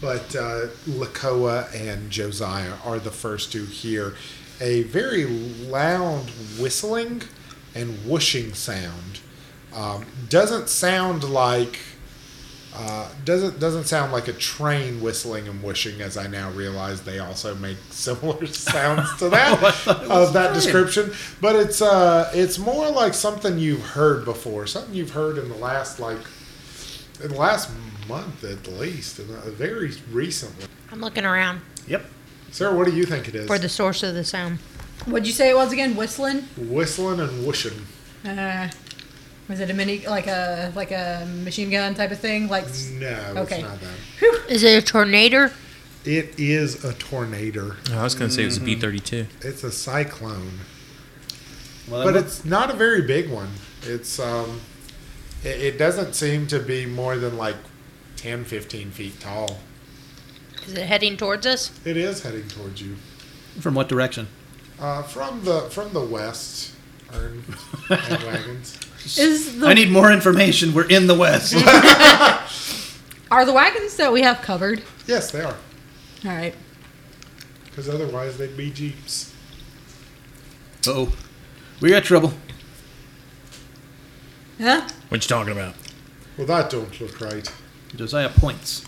but uh, Lakoa and Josiah are the first to hear a very loud whistling and whooshing sound. Um, doesn't sound like uh, doesn't doesn't sound like a train whistling and whooshing, as I now realize they also make [LAUGHS] similar sounds to that of that description. But it's uh, it's more like something you've heard before, something you've heard in the last like in the last month at least, and uh, very recently.
I'm looking around
Yep.
Sarah, what do you think it is?
for the source of the sound.
What'd you say it was again? Whistling?
whistling and whooshing.
Uh, was it a mini, like a like a machine gun type of thing? Like, s-
No,
Okay.
it's not that.
Is it a tornado?
It is a tornado.
I was going to say it was a B32.
It's a cyclone.
Well,
but
that
it's not a very big one. It's um, it, it doesn't seem to be more than like 10, 15 feet tall.
Is it heading towards us?
It is heading towards you
would- from what direction?
uh, from the from the west. Earn [LAUGHS] and wagons.
is the
I need more information. We're in the West. [LAUGHS]
are the wagons that we have covered?
Yes, they are,
All right.
because otherwise they'd be jeeps.
oh. We got trouble.
Huh?
What you talking about?
Well, that don't look right.
Josiah points.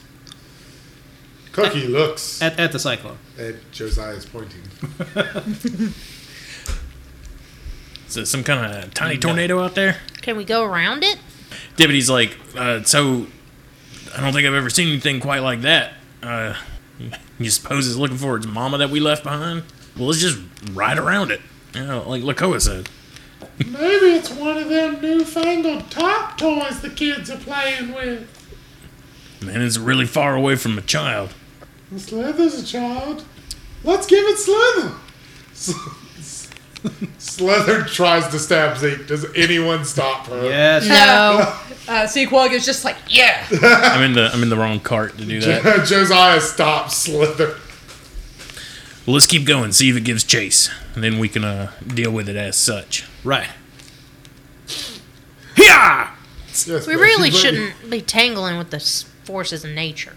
Cookie looks at,
at, at the cyclone.
Josiah's pointing.
Is it some kind of tiny tornado out there?
Can we go around it?
Dibbity's like, uh, so I don't think I've ever seen anything quite like that. Uh, [LAUGHS] you suppose it's looking for its mama that we left behind? Well, let's just ride around it. You know, like Lakoa said.
Maybe it's one of them newfangled top toys the kids are playing with.
Man, it's really far away from a child.
Slither's a child. Let's give it Slither. [LAUGHS] S- Slither tries to stab Zeke. Does anyone stop her?
Yes.
[LAUGHS]
No.
Uh, Sequog is just like,
[LAUGHS]
yeah.
I'm in the I'm in the wrong cart to do that.
[LAUGHS] Josiah stops Slither.
Well, let's keep going, see if it gives chase, and then we can uh, deal with it as such.
Right.
Yeah.
Yes,
We
but
really
she- but
shouldn't be tangling with the s- forces of nature.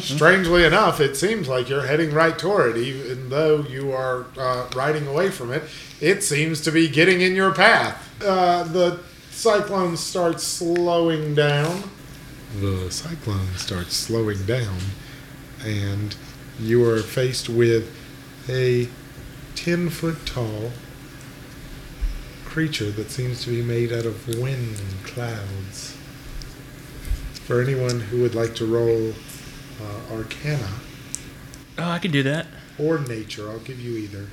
Strangely enough, it seems like you're heading right toward it, even though you are uh, riding away from it. It seems to be getting in your path. Uh, the cyclone starts slowing down. The cyclone starts slowing down, and you are faced with a 10 foot tall creature that seems to be made out of wind and clouds. For anyone who would like to roll uh, Arcana
Oh, I could do that.
or Nature, I'll give you either.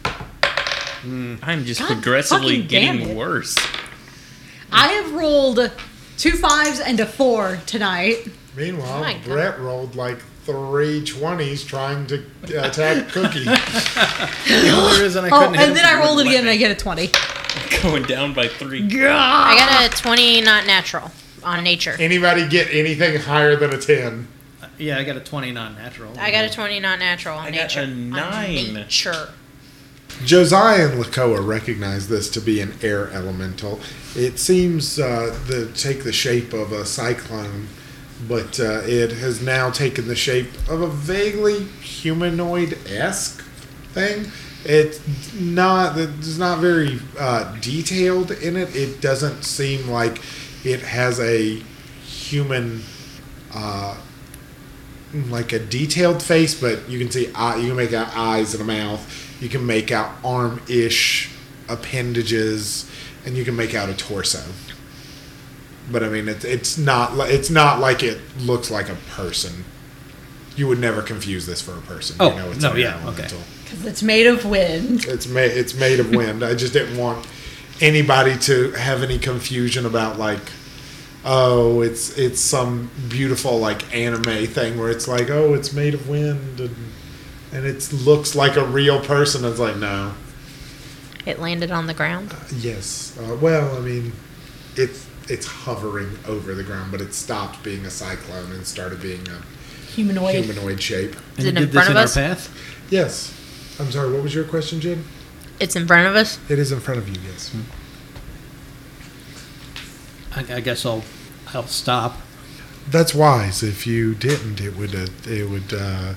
I'm just
God
progressively
fucking damn
getting
it.
worse.
I have rolled two fives and a four tonight.
Meanwhile,
My God.
Brett rolled like three twenties trying to uh, attack Cookie.
The only reason I
Oh,
couldn't hit
and
him
then I rolled it again and I
was
get a 20.
Going down by three.
I got a 20 not natural on nature.
Anybody get anything higher than a ten?
with- Yeah, I got a 20 non-natural.
I got a 20 not natural on
I got
nature.
a
On
nine.
nature.
Josiah and Lakoa recognize this to be an air elemental. It seems uh, to take the shape of a cyclone, but uh, it has now taken the shape of a vaguely humanoid esque thing. It's not it's not very uh, detailed in it. It doesn't seem like it has a human uh, like a detailed face, but you can see eye, you can make out eyes and a mouth. You can make out arm-ish appendages, and you can make out a torso. But I mean, it's it's not li- it's not like it looks like a person. You would never confuse this for a person.
Oh,
you it's
no,
an
yeah, okay.
Because it's made of wind.
It's made it's made of wind. I just didn't want anybody to have any confusion about like oh it's it's some beautiful like anime thing where it's like oh it's made of wind and and it looks like a real person. It's like no.
It landed on the ground.
Yes. Uh, well, I mean, it's it's hovering over the ground, but it stopped being a cyclone and started being a
Humanoid.
humanoid shape.
And
Is
you
it in
did this
front of
in
us?
our path?
Yes. I'm sorry. What was your question, Jim?
It's in front of us.
It is in front of you. Yes.
I, I guess I'll I'll stop.
That's wise. If you didn't, it would uh, it would uh,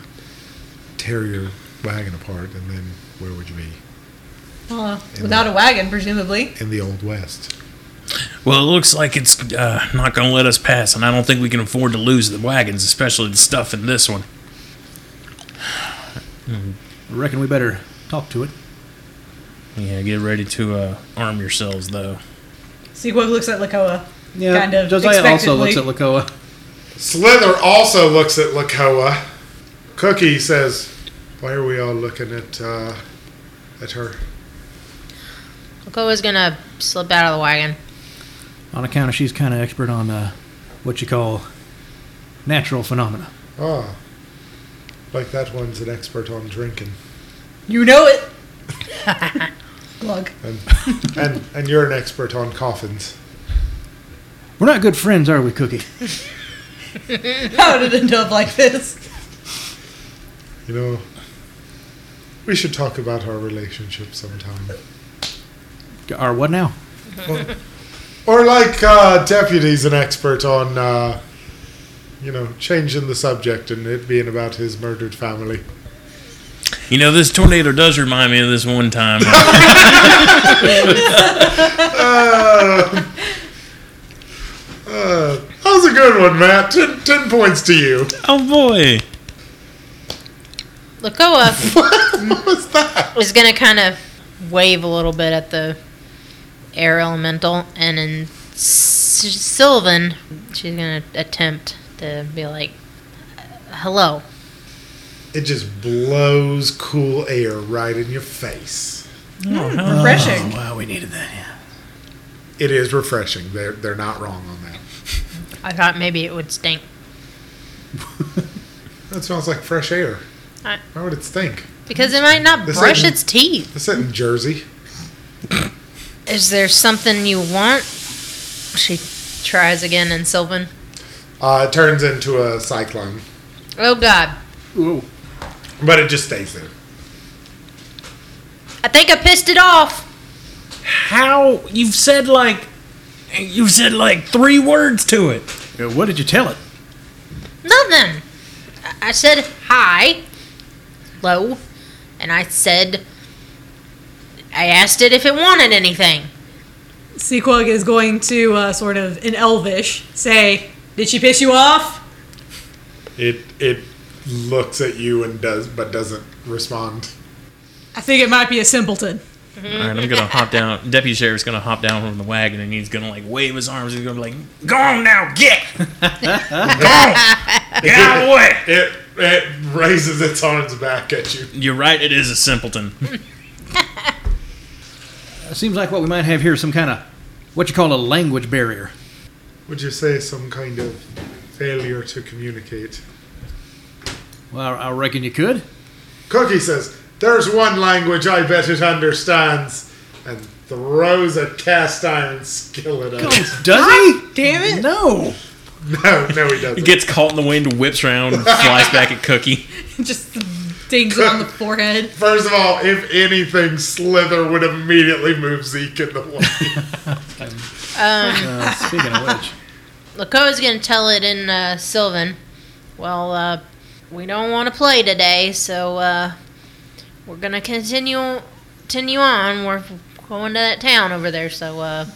tear your wagon apart, and then where would you be?
Uh, without a wagon, presumably.
In the old west.
Well, it looks like it's uh, not going to let us pass, and I don't think we can afford to lose the wagons, especially the stuff in this one.
I reckon we better talk to it.
Yeah, get ready to uh, arm yourselves, though.
Sequog looks at Lakoa.
Yeah,
Kind of
Josiah also looks at
expectantly.
Lakoa.
Slither also looks at Lakoa. Cookie says, "Why are we all looking at uh, at her?"
Lakoa's gonna slip out of the wagon.
On account of she's kind of expert on uh, what you call natural phenomena.
Ah, like that one's an expert on drinking,
You know it. [LAUGHS] Glug. [LAUGHS]
and and and you're an expert on coffins.
We're not good friends, are we, Cookie?
How did it end up like this?
You know, we should talk about our relationship sometime.
Or what now?
Or like uh, deputy's an expert on, uh, you know, changing the subject and it being about his murdered family.
You know, this tornado does remind me of this one time. uh, [LAUGHS]
Uh, that was a good one, Matt. Ten, ten points to you.
oh boy!
[LAUGHS]
Lakoa
what was that?
is going to kind of wave a little bit at the air elemental, and then S- Sylvan, she's going to attempt to be like, hello.
It just blows cool air right in your face.
Refreshing.
wow, we needed that. Yeah.
It is refreshing. They're they're not wrong on that.
I thought maybe it would stink.
That smells like fresh air.
I-
Why would it stink?
Because it might not
This
brush
isn't-
its teeth.
This isn't Jersey.
Is there something you want? She tries again, and Sylvan,
Uh, it turns into a cyclone,
oh god,
Ooh.
but it just stays there.
I think I pissed it off.
How? You've said like. You've said like three words to it.
Yeah, Uh, What did you tell it?
Nothing. I- I said hi, low, and I said, I asked it if it wanted anything.
Sequog is going to uh, sort of in Elvish say, "Did she piss you off?"
It it looks at you and does, but doesn't respond.
I think it might be a simpleton. [LAUGHS]
All right, I'm gonna hop down. Deputy sheriff's gonna hop down from the wagon, and he's gonna like wave his arms. He's gonna be like, "Go on now, get, go, get out of the way."
It it raises its arms back at you.
You're right. It is a simpleton.
It Uh, seems like what we might have here is some kind of what you call a language barrier.
Would you say some kind of failure to communicate?
Well, I I reckon you could.
Cookie says, "There's one language I bet it understands," and throws a cast iron skillet at it.
Does he?
Damn it!
No.
[LAUGHS] No, no, he doesn't.
It gets caught in the wind, whips around, and flies back at [LAUGHS] Cookie.
Just dings it on the forehead.
First of all, if anything, Slither would immediately move Zeke in the way. [LAUGHS]
Uh, speaking of which,
Lakoa's gonna tell it in uh, Sylvan. Well, uh, we don't want to play today, so uh, we're gonna continue continue on. We're going to that town over there, so uh,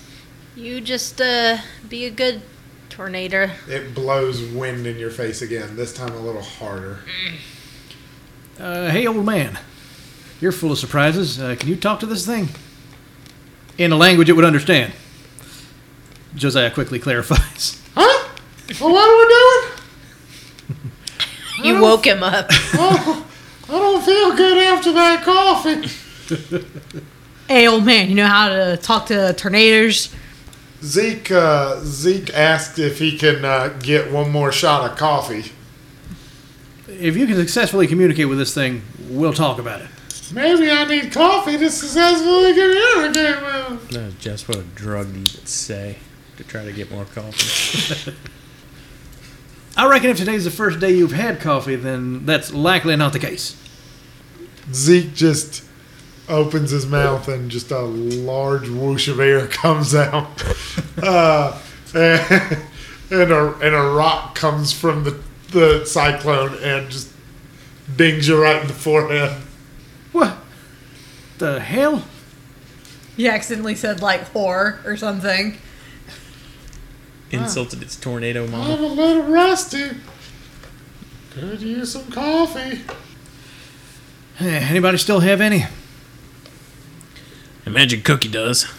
you just uh, be a good tornado.
it blows wind in your face again, this time a little harder.
uh, hey, old man, you're full of surprises. Uh, can you talk to this thing in a language it would understand? Josiah quickly clarifies. [LAUGHS]
Huh? Well, what are we doing?
You woke him up. [LAUGHS]
Oh, I don't feel good after that coffee.
Hey, old man, you know how to talk to tornadoes?
Zeke, uh, Zeke asked if he can uh, get one more shot of coffee.
If you can successfully communicate with this thing, we'll talk about it.
Maybe I need coffee to successfully communicate with.
That's just what a drug would say to try to get more coffee.
I reckon if today's the first day you've had coffee, then that's likely not the case.
Zeke just opens his mouth and just a large whoosh of air [LAUGHS] comes out, uh, and, [LAUGHS] and a and a rock comes from the the cyclone and just dings you right in the forehead.
What the hell?
You accidentally said like whore or something.
Insulted its tornado mama.
I'm a little rusty. Could use some coffee.
Eh, Anybody still have any?
Imagine Cookie does.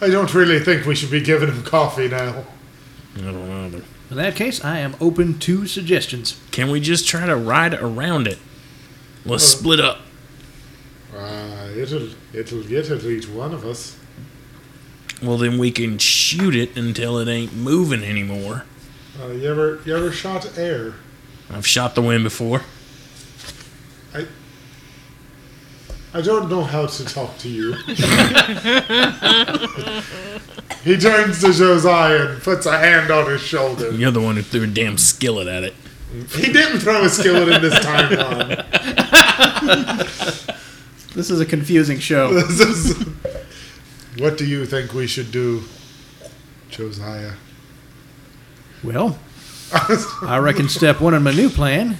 I don't really think we should be giving him coffee now.
I don't know. but-
In that case, I am open to suggestions.
Can we just try to ride around it? Let's split up.
Uh, it'll it'll get at least one of us.
Well, then we can shoot it until it ain't moving anymore.
Uh, you ever you ever shot air?
I've shot the wind before.
I don't know how to talk to you. he turns to Josiah and puts a hand on his shoulder.
You're the one who threw a damn skillet at it.
He didn't throw a skillet in this [LAUGHS] timeline.
This is a confusing show.
This is- what do you think we should do, Josiah?
Well, I reckon step one in my new plan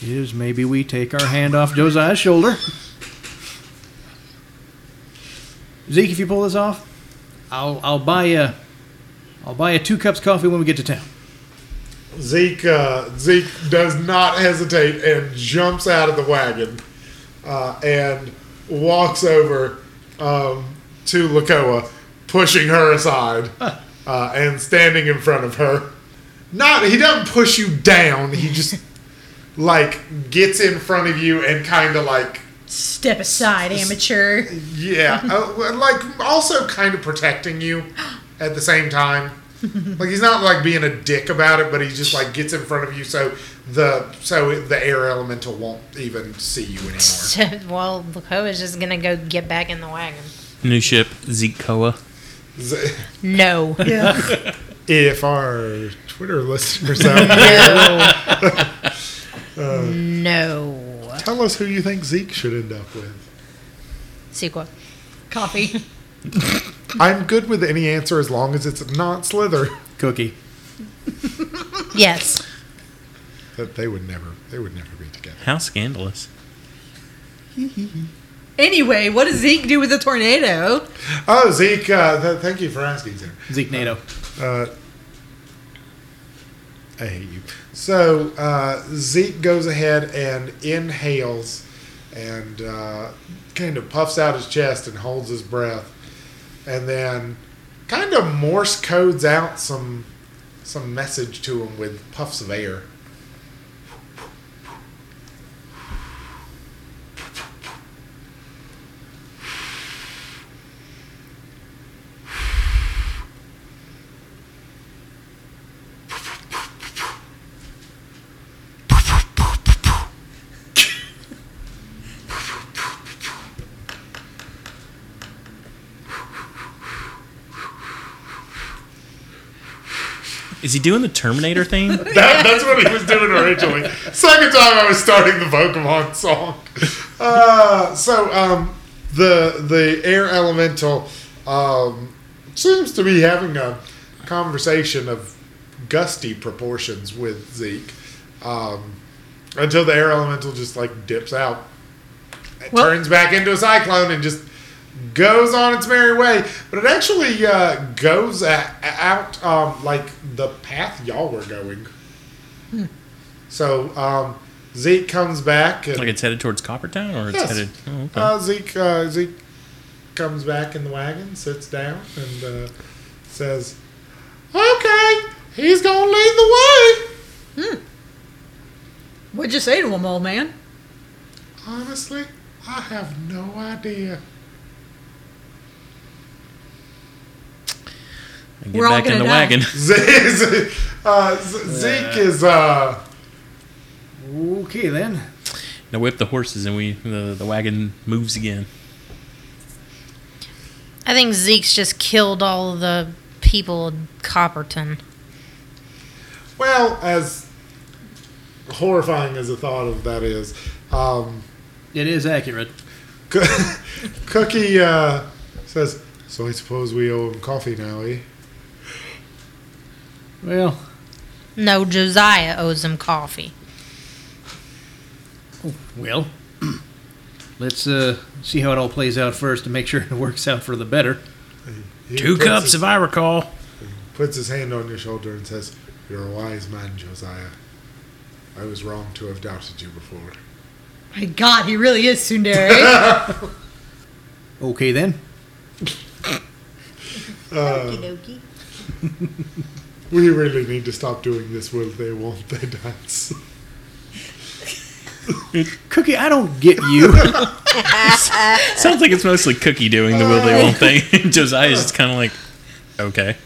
is maybe we take our hand off Josiah's shoulder. Zeke, if you pull this off, I'll I'll buy you I'll buy you two cups coffee when we get to town.
Zeke uh, Zeke does not hesitate and jumps out of the wagon uh, and walks over um, to Lakoa, pushing her aside uh, and standing in front of her. Not he doesn't push you down. He just like gets in front of you and kind of like
Step aside, [LAUGHS] amateur.
yeah, uh, like also kind of protecting you at the same time. Like he's not like being a dick about it, but he just like gets in front of you so the so the air elemental won't even see you anymore.
well, Lakoa is just gonna go get back in the wagon.
New ship, Zeke Koa.
Z-
No.
If our Twitter listeners out
[LAUGHS]
there,
Uh. No.
tell us who you think Zeke should end up with.
Sequel.
Coffee.
I'm good with any answer as long as it's not Slither.
Cookie.
Yes.
That they would never, they would never be together.
How scandalous.
Anyway, what does Zeke do with the tornado?
Oh, Zeke, uh, th- thank you for asking, sir.
Zeke NATO.
Uh, I hate you. So uh, Zeke goes ahead and inhales and uh, kind of puffs out his chest and holds his breath, and then kind of Morse codes out some some message to him with puffs of air.
Is he doing the Terminator
[LAUGHS]
thing?
[LAUGHS] That, that's what he was doing originally. Second time I was starting the Pokemon song. Uh, so um, the the air elemental um, seems to be having a conversation of gusty proportions with Zeke um, until the air elemental just like dips out, it
Well-
turns back into a cyclone, and just goes on its merry way. But it actually uh, goes a- out um, like the path y'all were going. So um, Zeke comes back and
like it's headed towards Coppertown or it's
Yes.
headed. Oh, okay.
uh, Zeke uh, Zeke comes back in the wagon, sits down, and uh, says, "Okay, he's gonna lead the way."
What'd you say to him, old man?
Honestly, I have no [LAUGHS] idea.
And
We're all gonna die.
Zeke, uh, Z- Zeke is uh,
Okay then.
Now whip the horses and we the, the wagon moves again.
I think Zeke's just killed all the people in Copperton.
well as horrifying as the thought of that is. Um, [LAUGHS]
It is accurate.
Coo- Cookie uh, says, "So I suppose we owe him coffee now, eh?"
Well,
No, Josiah owes him coffee.
well. Let's uh, see how it all plays out first to make sure it works out for the better.
He
Two
puts
cups,
his-
if I recall.
puts his hand on your shoulder and says, You're a wise man, Josiah. I was wrong to have doubted you before.
My God, he really is [LAUGHS] Sundari.
Okay then.
We really need to stop doing this will they won't they [LAUGHS] dance.
Cookie, I don't get [LAUGHS] you.
Sounds like it's mostly Cookie doing the will they
Oh.
won't thing. [LAUGHS] Josiah's just kind of like, okay.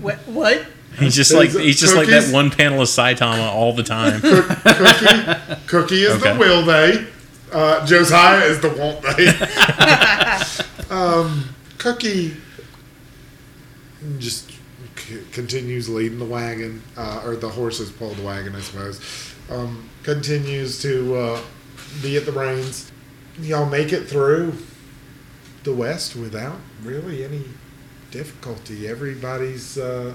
what? what?
He's just like
Is it
he's just like
cookies?
that one panel of Saitama all the [LAUGHS] time.
[LAUGHS] Cookie is
Okay.
the will they. Uh, Josiah is the won't they. um, Cookie just c- continues leading the wagon, uh, or the horses pull the wagon, I suppose. Um, continues to uh, be at the reins. Y'all make it through the West without really any difficulty. Everybody's uh,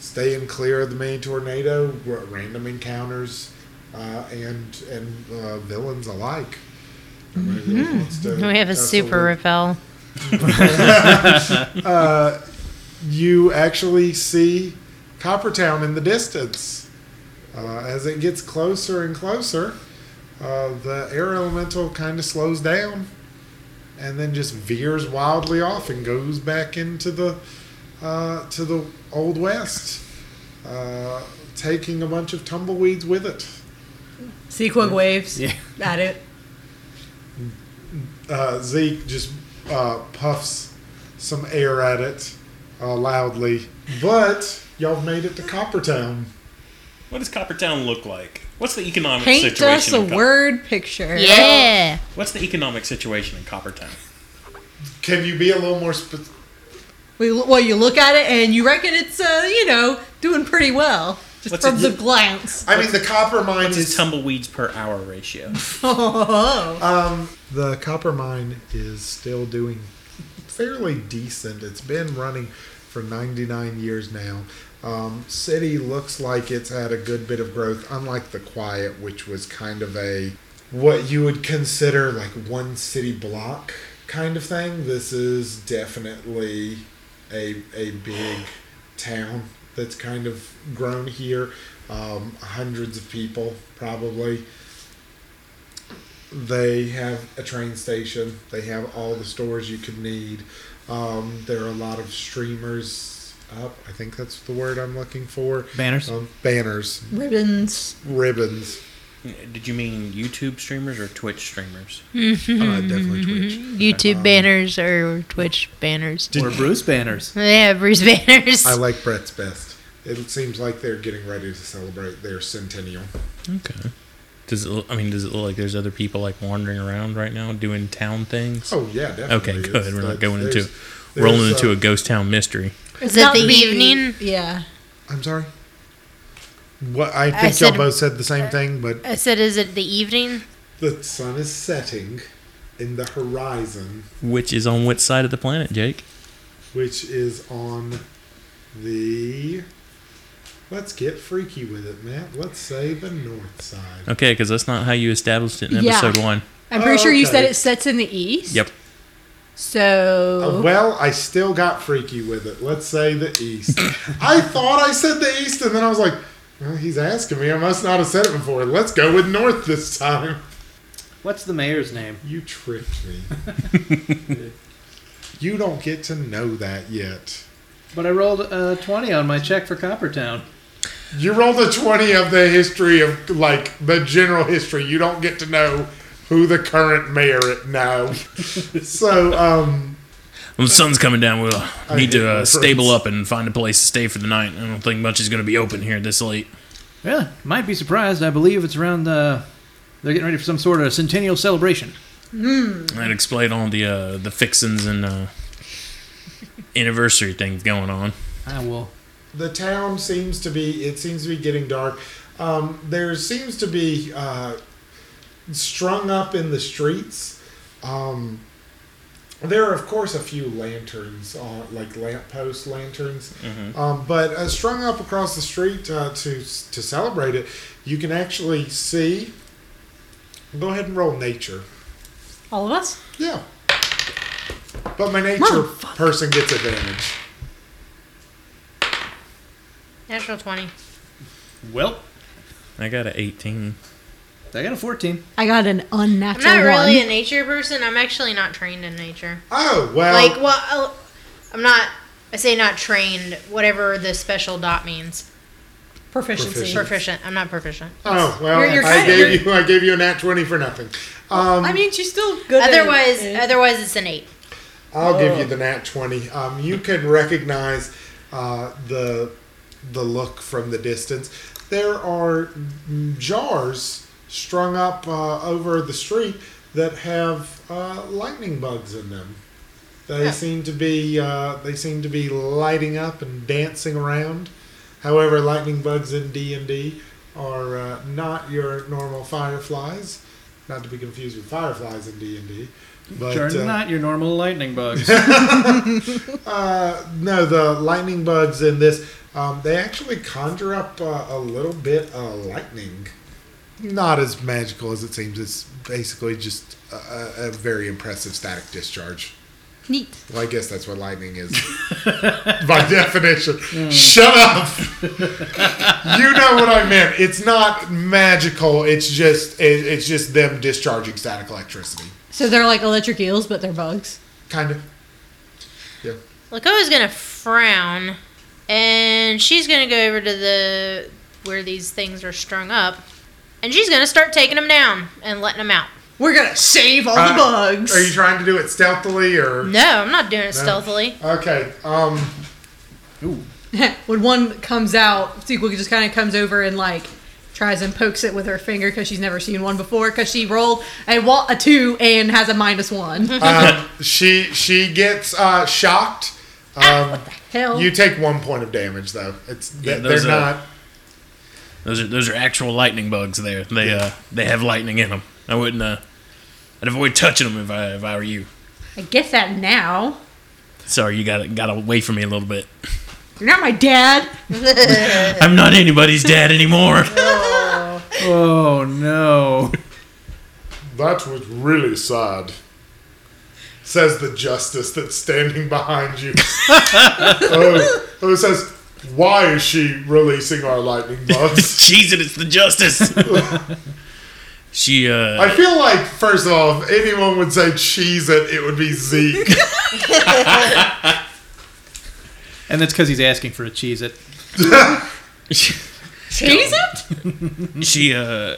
staying clear of the main tornado, r- random encounters, uh, and and uh, villains alike. Nobody really wants to-
Mm-hmm. [LAUGHS] We have a
that's
super
little-
repel.
uh, you actually see Coppertown in the distance. Uh, as it gets closer and closer, uh, the air elemental kind of slows down and then just veers wildly off and goes back into the uh, to the old west, uh, taking a bunch of tumbleweeds with it.
Sequog waves
Yeah.
at it.
uh, Zeke just uh, puffs some air at it uh, loudly. But y'all made it to Coppertown.
What does Coppertown look like? What's the economic
Paint
situation?
us a
in Cop-
word picture.
Yeah.
What's the economic situation in Coppertown?
Can you be a little more spe-
We, well, you look at it and you reckon it's, uh, you know, doing pretty well. Just
What's
from
it
the
look-
glance.
I mean, the copper mine
What's his
is
tumbleweeds per hour ratio?
Oh,
um, the copper mine is still doing fairly decent. It's been running for 99 years now. Um, city looks like it's had a good bit of growth, unlike the quiet, which was kind of a what you would consider like one city block kind of thing. This is definitely a a big town that's kind of grown here. Um, hundreds of people probably. They have a train station. They have all the stores you could need. Um, there are a lot of streamers up. I think that's the word I'm looking for.
Banners.
Um, banners,
ribbons.
ribbons.
Did you mean YouTube streamers or Twitch streamers?
Uh, definitely Twitch.
YouTube
Uh-huh.
banners or Twitch banners.
or Bruce banners.
They have Bruce [LAUGHS] banners.
I like Brett's best. It seems like they're getting ready to celebrate their centennial.
Okay. Does it? look- I mean, does it look like there's other people like wandering around right now doing town things?
Oh yeah, definitely.
okay, good.
It's-
We're not
that's-
going into
there's-
rolling
there's,
into
uh,
a ghost town mystery.
Is it
Not
the
creepy.
evening?
Yeah.
uh, I'm sorry. What I
I
think
said-
y'all both said the same thing, but
I said, is it the evening?
the sun is setting in the horizon,
Which is on which side of the planet, Jake?
which is on the. Let's get freaky with it, Matt. Let's say the north side. Uh,
Okay, because that's not how you established it in
Yeah.
episode one.
I'm pretty sure you said
Okay.
it sets in the east.
Yep.
So. Oh.
Uh, well, I still got freaky with it. Let's say the
[LAUGHS]
East. I thought I said the East, and then I was like, well, he's asking me. I must not have said it before. Let's go with North this time.
What's the mayor's name?
You tricked me. [LAUGHS] you don't get to know that yet.
But I rolled uh, 20 on my check for Coppertown.
You rolled a 20 of the history of, like, the general history. You don't get to know who the current mayor is [LAUGHS] now. so, um,
When the sun's coming down, we'll
I
need
hate
to uh,
my
stable
friends.
up and find a place to stay for the night. I don't think much is going to be open here this late.
Yeah, might be surprised. I believe it's around. Uh, they're getting ready for some sort of centennial celebration.
That explain all the uh, the fixins and uh, anniversary things going on.
I will.
the town seems to be it seems to be getting dark um, there seems to be uh, strung up in the streets um, there are of course a few lanterns uh, like lamppost lanterns um, but uh, strung up across the street uh, to to celebrate it you can actually see go ahead and roll nature
all of us?
yeah but my nature
Motherfucker.
person gets advantage
Natural 20.
Well,
I got an 18.
I got a 14.
I got an
I'm
unnatural
not really
one.
a nature person. I'm actually not trained in nature.
oh well
Like, well, I'll- I'm not. I say not trained. Whatever the special dot means.
Proficiency.
Proficient.
Proficient. I'm not proficient.
Oh well,
You're- you're
I
kinda-
gave you I gave you a nat twenty for nothing. Um,
I mean, she's still good. at
Otherwise,
it.
otherwise it's an eight.
I'll give you the nat twenty. Um, you can recognize uh, the the look from the distance. There are mm, jars strung up uh, over the street that have uh, lightning bugs in them. They seem to be uh, they seem to be lighting up and dancing around. However, lightning bugs in D and D are uh, not your normal fireflies, not to be confused with fireflies in D and D. But
Sure,
uh,
not your normal lightning bugs.
uh, no, the lightning bugs in this, um, they actually conjure up uh, a little bit of lightning. Not as magical as it seems. It's basically just a, a- a very impressive static discharge.
Neat.
Well, I guess that's what lightning is by definition. Shut up! you know what I meant. It's not magical. It's just it, it's just them discharging static electricity,
So they're like electric eels, but they're bugs.
kind of. Yeah.
Lakoa's gonna frown, and she's gonna go over to the where these things are strung up, and she's gonna start taking them down and letting them out.
We're gonna save all the
Uh,
bugs.
Are you trying to do it stealthily or?
No, I'm not doing it stealthily.
Okay. Um.
when one comes out, Sequel just kind of comes over and like tries and pokes it with her finger because she's never seen one before because she rolled a, wa- a two and has a minus one.
um, she she gets uh, shocked. Um,
Hell,
you take one point of damage though. It's
Yeah,
they're
those are-
not.
Those are those are actual lightning bugs. There, they uh, they have lightning in them. I wouldn't. Uh, I'd avoid touching them if I if I were you.
I get that now.
Sorry, you got got away from me a little
[LAUGHS]
bit.
You're not my dad.
I'm not anybody's dad anymore.
[LAUGHS] Oh no!
That was really sad. Says the justice that's standing behind you. oh, oh, it says, why is she releasing our lightning bugs?
[LAUGHS] Jeez, it, it's the justice. [LAUGHS] she uh,
I feel like, first off, if anyone would say cheese it, it would be Zeke.
And that's because he's asking for a cheese. It.
Cheese it?
she uh,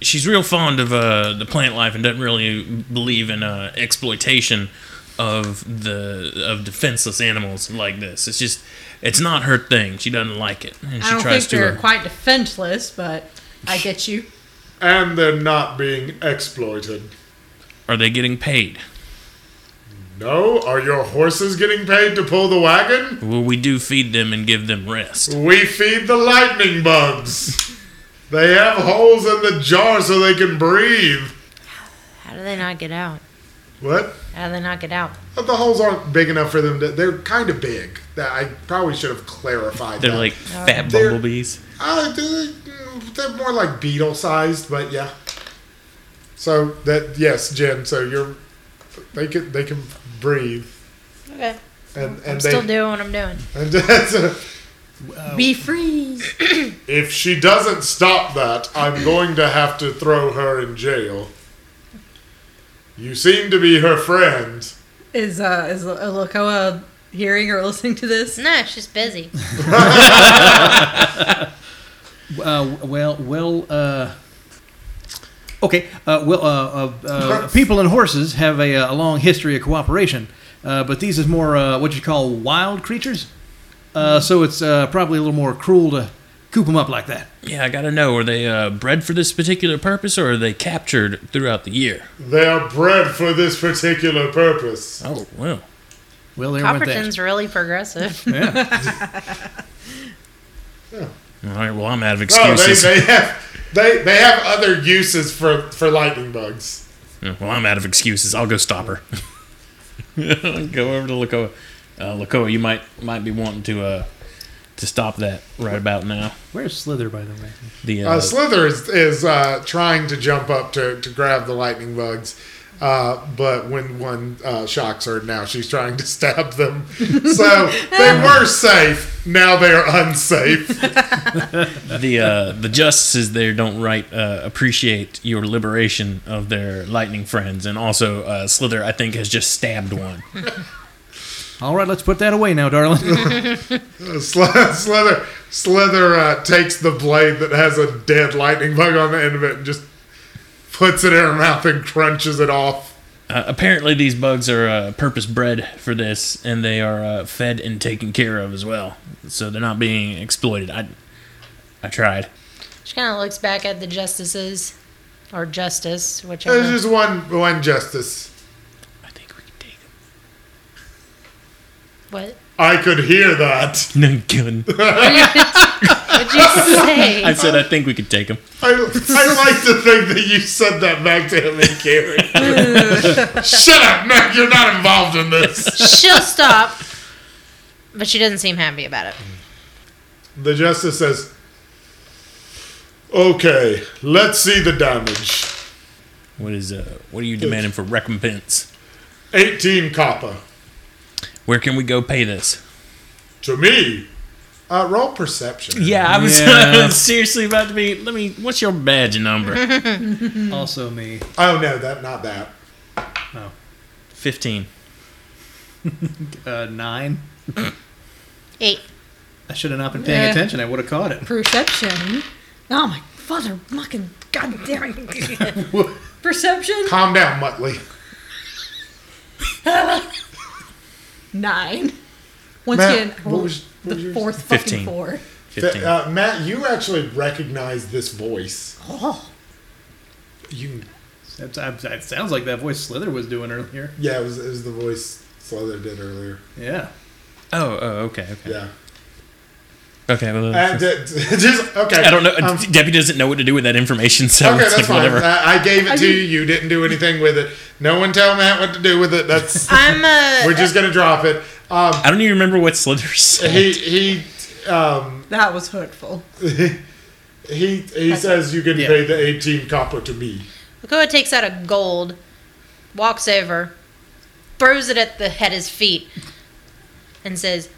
she's real fond of uh the plant life and doesn't really believe in uh exploitation of the of defenseless animals like this. It's just it's not her thing. She doesn't like it, and she
I don't
tries
think
to.
they're
uh,
quite defenseless, but I get you.
and they're not being exploited.
are they getting paid?
No? Are your horses getting paid to pull the wagon?
Well, we do feed them and give them rest.
We feed the lightning bugs. They have holes in the jar so they can breathe.
How do they not get out?
What?
How do they not get out?
But the holes aren't big enough for them to. They're kind of big. That I probably should have clarified.
They're
that.
like fat
They're-
bumblebees.
Uh, they're, they're more like beetle sized, but yeah. So that yes, Jen. So you're they can they can breathe
Okay,
and and
I'm
they
still doing what I'm doing.
and [LAUGHS] that's a-
Be free.
if she doesn't stop that, I'm going to have to throw her in jail. You seem to be her friend.
Is uh is Lokoa hearing or listening to this?
No, she's busy.
Uh, well, well. Uh, okay. Uh, well, uh, uh, uh, people and horses have a, uh, a long history of cooperation, uh, but these is more uh, what you call wild creatures. Uh, so it's uh, probably a little more cruel to coop them up like that.
Yeah, I gotta know. Are they uh, bred for this particular purpose, or are they captured throughout the year?
They are bred for this particular purpose.
Oh well,
Well, there went that.
Copperton's really progressive.
all right. Well, I'm out of
No, Oh, they,
excuses.
they have they they have other uses for for lightning bugs.
Mm-hmm. Well, I'm out of excuses. I'll go stop her. [LAUGHS] go over to Lakoa. Uh, Lakoa, you might might be wanting to uh, to stop that right about now.
Where's Slither, by the way?
The uh,
Uh, Slither is is uh, trying to jump up to to grab the lightning bugs. Uh, but when one uh, shocks her, now she's trying to [LAUGHS] stab them. So
[LAUGHS]
they were safe. Now they are unsafe.
the uh, the justices there don't right uh, appreciate your liberation of their lightning friends, and also uh, Slither, I think, has just stabbed [LAUGHS] one.
All right, let's put that away now, darling. [LAUGHS]
Sl- Slither Slither uh, takes the blade that has a dead lightning bug on the end of it and just puts it in her mouth and crunches it off.
Uh, apparently, these bugs are uh, purpose bred for this, and they are uh, fed and taken care of as well, so they're not being exploited. I I tried.
She kind of looks back at the justices, or justice,
There's
whichever.
just one one justice.
I think we can take them.
What? [LAUGHS]
I could hear that.
[LAUGHS] No I'm kidding.
What'd you say?
I said I think we could take them.
I, I like to think that you said that back to him in Carrie. Shut up, Mac. You're not involved in this.
She'll stop, but she doesn't seem happy about it.
The justice says, "Okay, let's see the damage."
What is uh? What are you demanding for recompense?
18 copper.
Where can we go pay this?
To me. Uh, roll perception.
Yeah, I was [LAUGHS]
Yeah.
seriously about to be. Let me. What's your badge number?
Also me.
Oh, no, that not that.
Fifteen.
Uh, nine.
Eight.
I should have not been paying
Yeah.
attention. I would have caught it.
Perception. Oh my father, fucking goddamn it. Perception
Calm down,
[LAUGHS]
Muttley.
nine. Once
Matt,
again, I
what
rolled
was- what was
the
yours?
fourth fucking
15.
four.
Fifteen.
Uh, Matt, you actually recognize this voice.
Oh,
You,
That's, I, that sounds like that voice Slither was doing earlier.
yeah, it was, it was the voice Slither did earlier.
Yeah.
oh, oh, okay, okay,
Yeah.
okay. Well,
Uh, d- [LAUGHS] d- just, okay.
I don't know.
Um,
Debbie doesn't know what to do with [LAUGHS] that information, so
Okay,
it's
that's
like
fine. Uh,
whatever.
I, I gave
I
it to
mean-
you. You didn't do anything with it. No one tell Matt what to do with it.
[LAUGHS]
That's
I'm uh,
[LAUGHS]
a.
we're just gonna drop it. Um,
I don't even remember what Slither [LAUGHS] said.
he he um,
that was hurtful.
he he says you can
Yeah.
pay the eighteen copper to me.
Okoa takes out a gold, walks over, throws it at the at his feet, and says,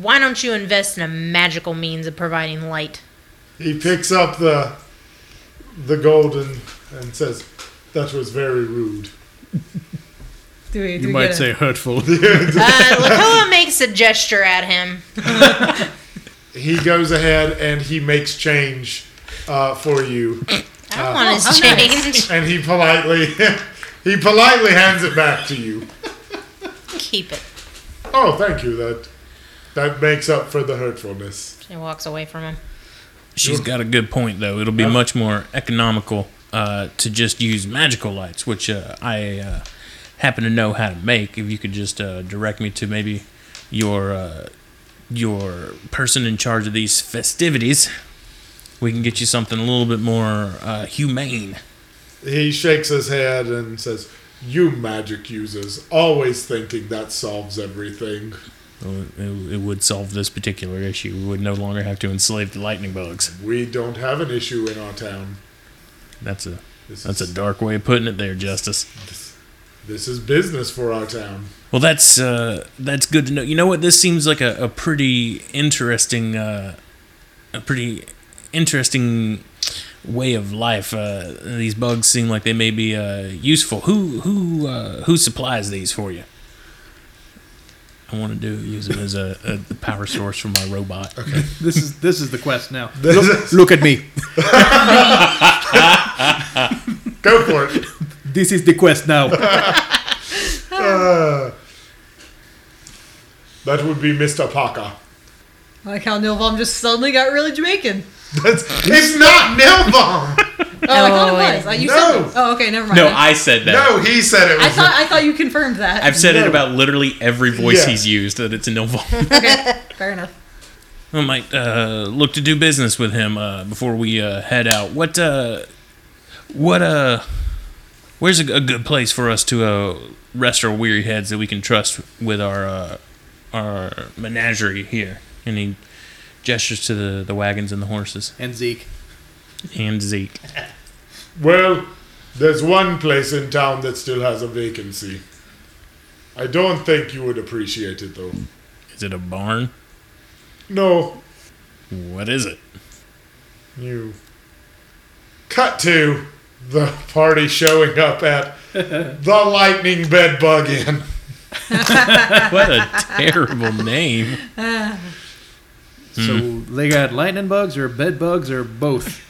"Why don't you invest in a magical means of providing light?"
He picks up the the gold and, and says that was very rude.
Do we, do
You
we
might
get
say
a,
hurtful.
Uh,
[LAUGHS]
Lakoa makes a gesture at him.
He goes ahead and he makes change uh, for you,
I don't want
oh,
his
nice.
change.
and he politely [LAUGHS] he politely hands it back to you.
Keep it.
Oh, thank you. That that makes up for the hurtfulness.
She walks away from him.
She's got a good point, though. It'll be much more economical uh, to just use magical lights, which uh, I uh, happen to know how to make. If you could just uh, direct me to maybe your uh, your person in charge of these festivities, we can get you something a little bit more uh, humane.
He shakes his head and says, You magic users, always thinking that solves everything.
Well, It, it would solve this particular issue. We would no longer have to enslave the lightning bugs.
We don't have an issue in our town.
That's a
This
that's
is,
a dark way of putting it there, Justice.
This is business for our town.
Well, that's uh, that's good to know. You know what? This seems like a, a pretty interesting, uh, a pretty interesting way of life. Uh, these bugs seem like they may be uh, useful. Who who uh, who supplies these for you? I want to do use it as a, a power source for my robot. Okay.
this is this is the quest now.
[LAUGHS] Look-
look at me.
Go for it.
This is the quest [LAUGHS] now.
Uh, that would be Mr. Parker. [LAUGHS]
I like how Nilvom just suddenly got really Jamaican.
That's, it's not Nilbom!
Oh, I thought
wait.
it was. I- You
No.
said, oh, okay, never mind.
said
No, he said it was.
I thought I thought you confirmed that.
said
No.
literally every
Yeah.
used that it's a Nova.
okay, fair enough.
I might uh, look to do business with him uh, before we uh, head out. What, uh, what, uh, where's a, a good place for us to uh, rest our weary heads that we can trust with our uh, our menagerie here? And he gestures to the, the wagons and the horses
and Zeke.
and Zeke.
Well, there's one place in town that still has a vacancy. I don't think you would appreciate it, though.
Is it a barn?
No,
What is it?
You cut to the party showing up
[LAUGHS]
at the Lightning Bed Bug Inn.
What a terrible name.
Hmm. So they got lightning bugs or bed bugs or both.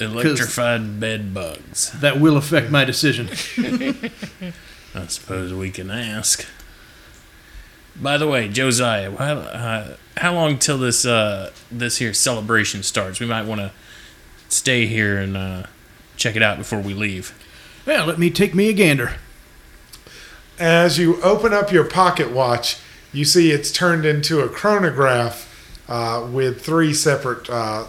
Electrified bed bugs.
That will affect my decision.
I suppose we can ask. By the way, Josiah, how, uh, how long till this uh, this here celebration starts? We might want to stay here and uh, check it out before we leave.
Well, let me take me a gander.
As you open up your pocket watch, you see it's turned into a chronograph uh, with three separate uh,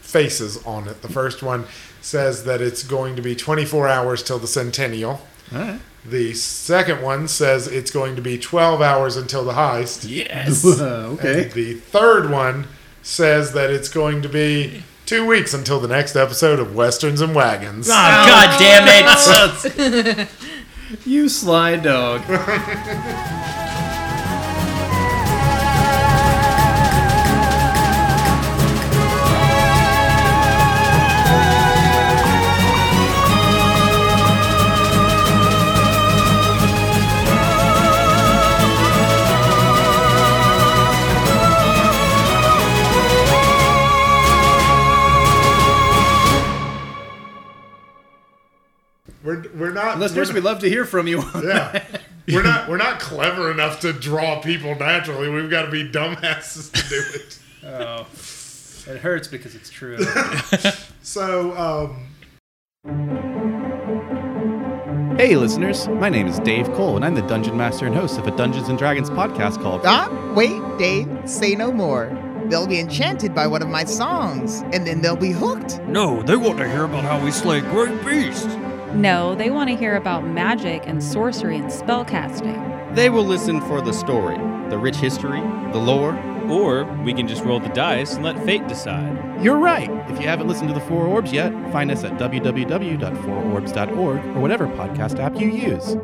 faces on it. The first one says that it's going to be 24 hours till the centennial.
All right.
The second one says it's going to be 12 hours until the
[LAUGHS]
heist.
Yes.
[LAUGHS] okay.
And the third one says that it's going to be two weeks until
Ah.
the next episode of Westerns and Wagons.
God damn it!
You sly dog.
We're, we're not.
Listeners,
we're
we love to hear from
[LAUGHS]
you.
not- yeah. [LAUGHS] We're not we're not clever enough to draw people naturally. We've got to be dumbasses to do it.
oh, it hurts because it's true.
[LAUGHS] So, um,
Hey, [LAUGHS] listeners. My name is Dave Cole, and I'm the Dungeon Master and host of a Dungeons and Dragons podcast called
Ah, wait, Dave, say no more. They'll be enchanted by one of my songs, and then they'll be hooked.
[LAUGHS] No, they want to hear about how we slay great beasts.
No, they want to hear about magic and sorcery and spellcasting.
They will listen for the story, the rich history, the lore.
Or we can just roll the dice and let fate decide.
You're right. If you haven't listened to the Four Orbs yet, find us at www.fourorbs.org or whatever podcast app you use.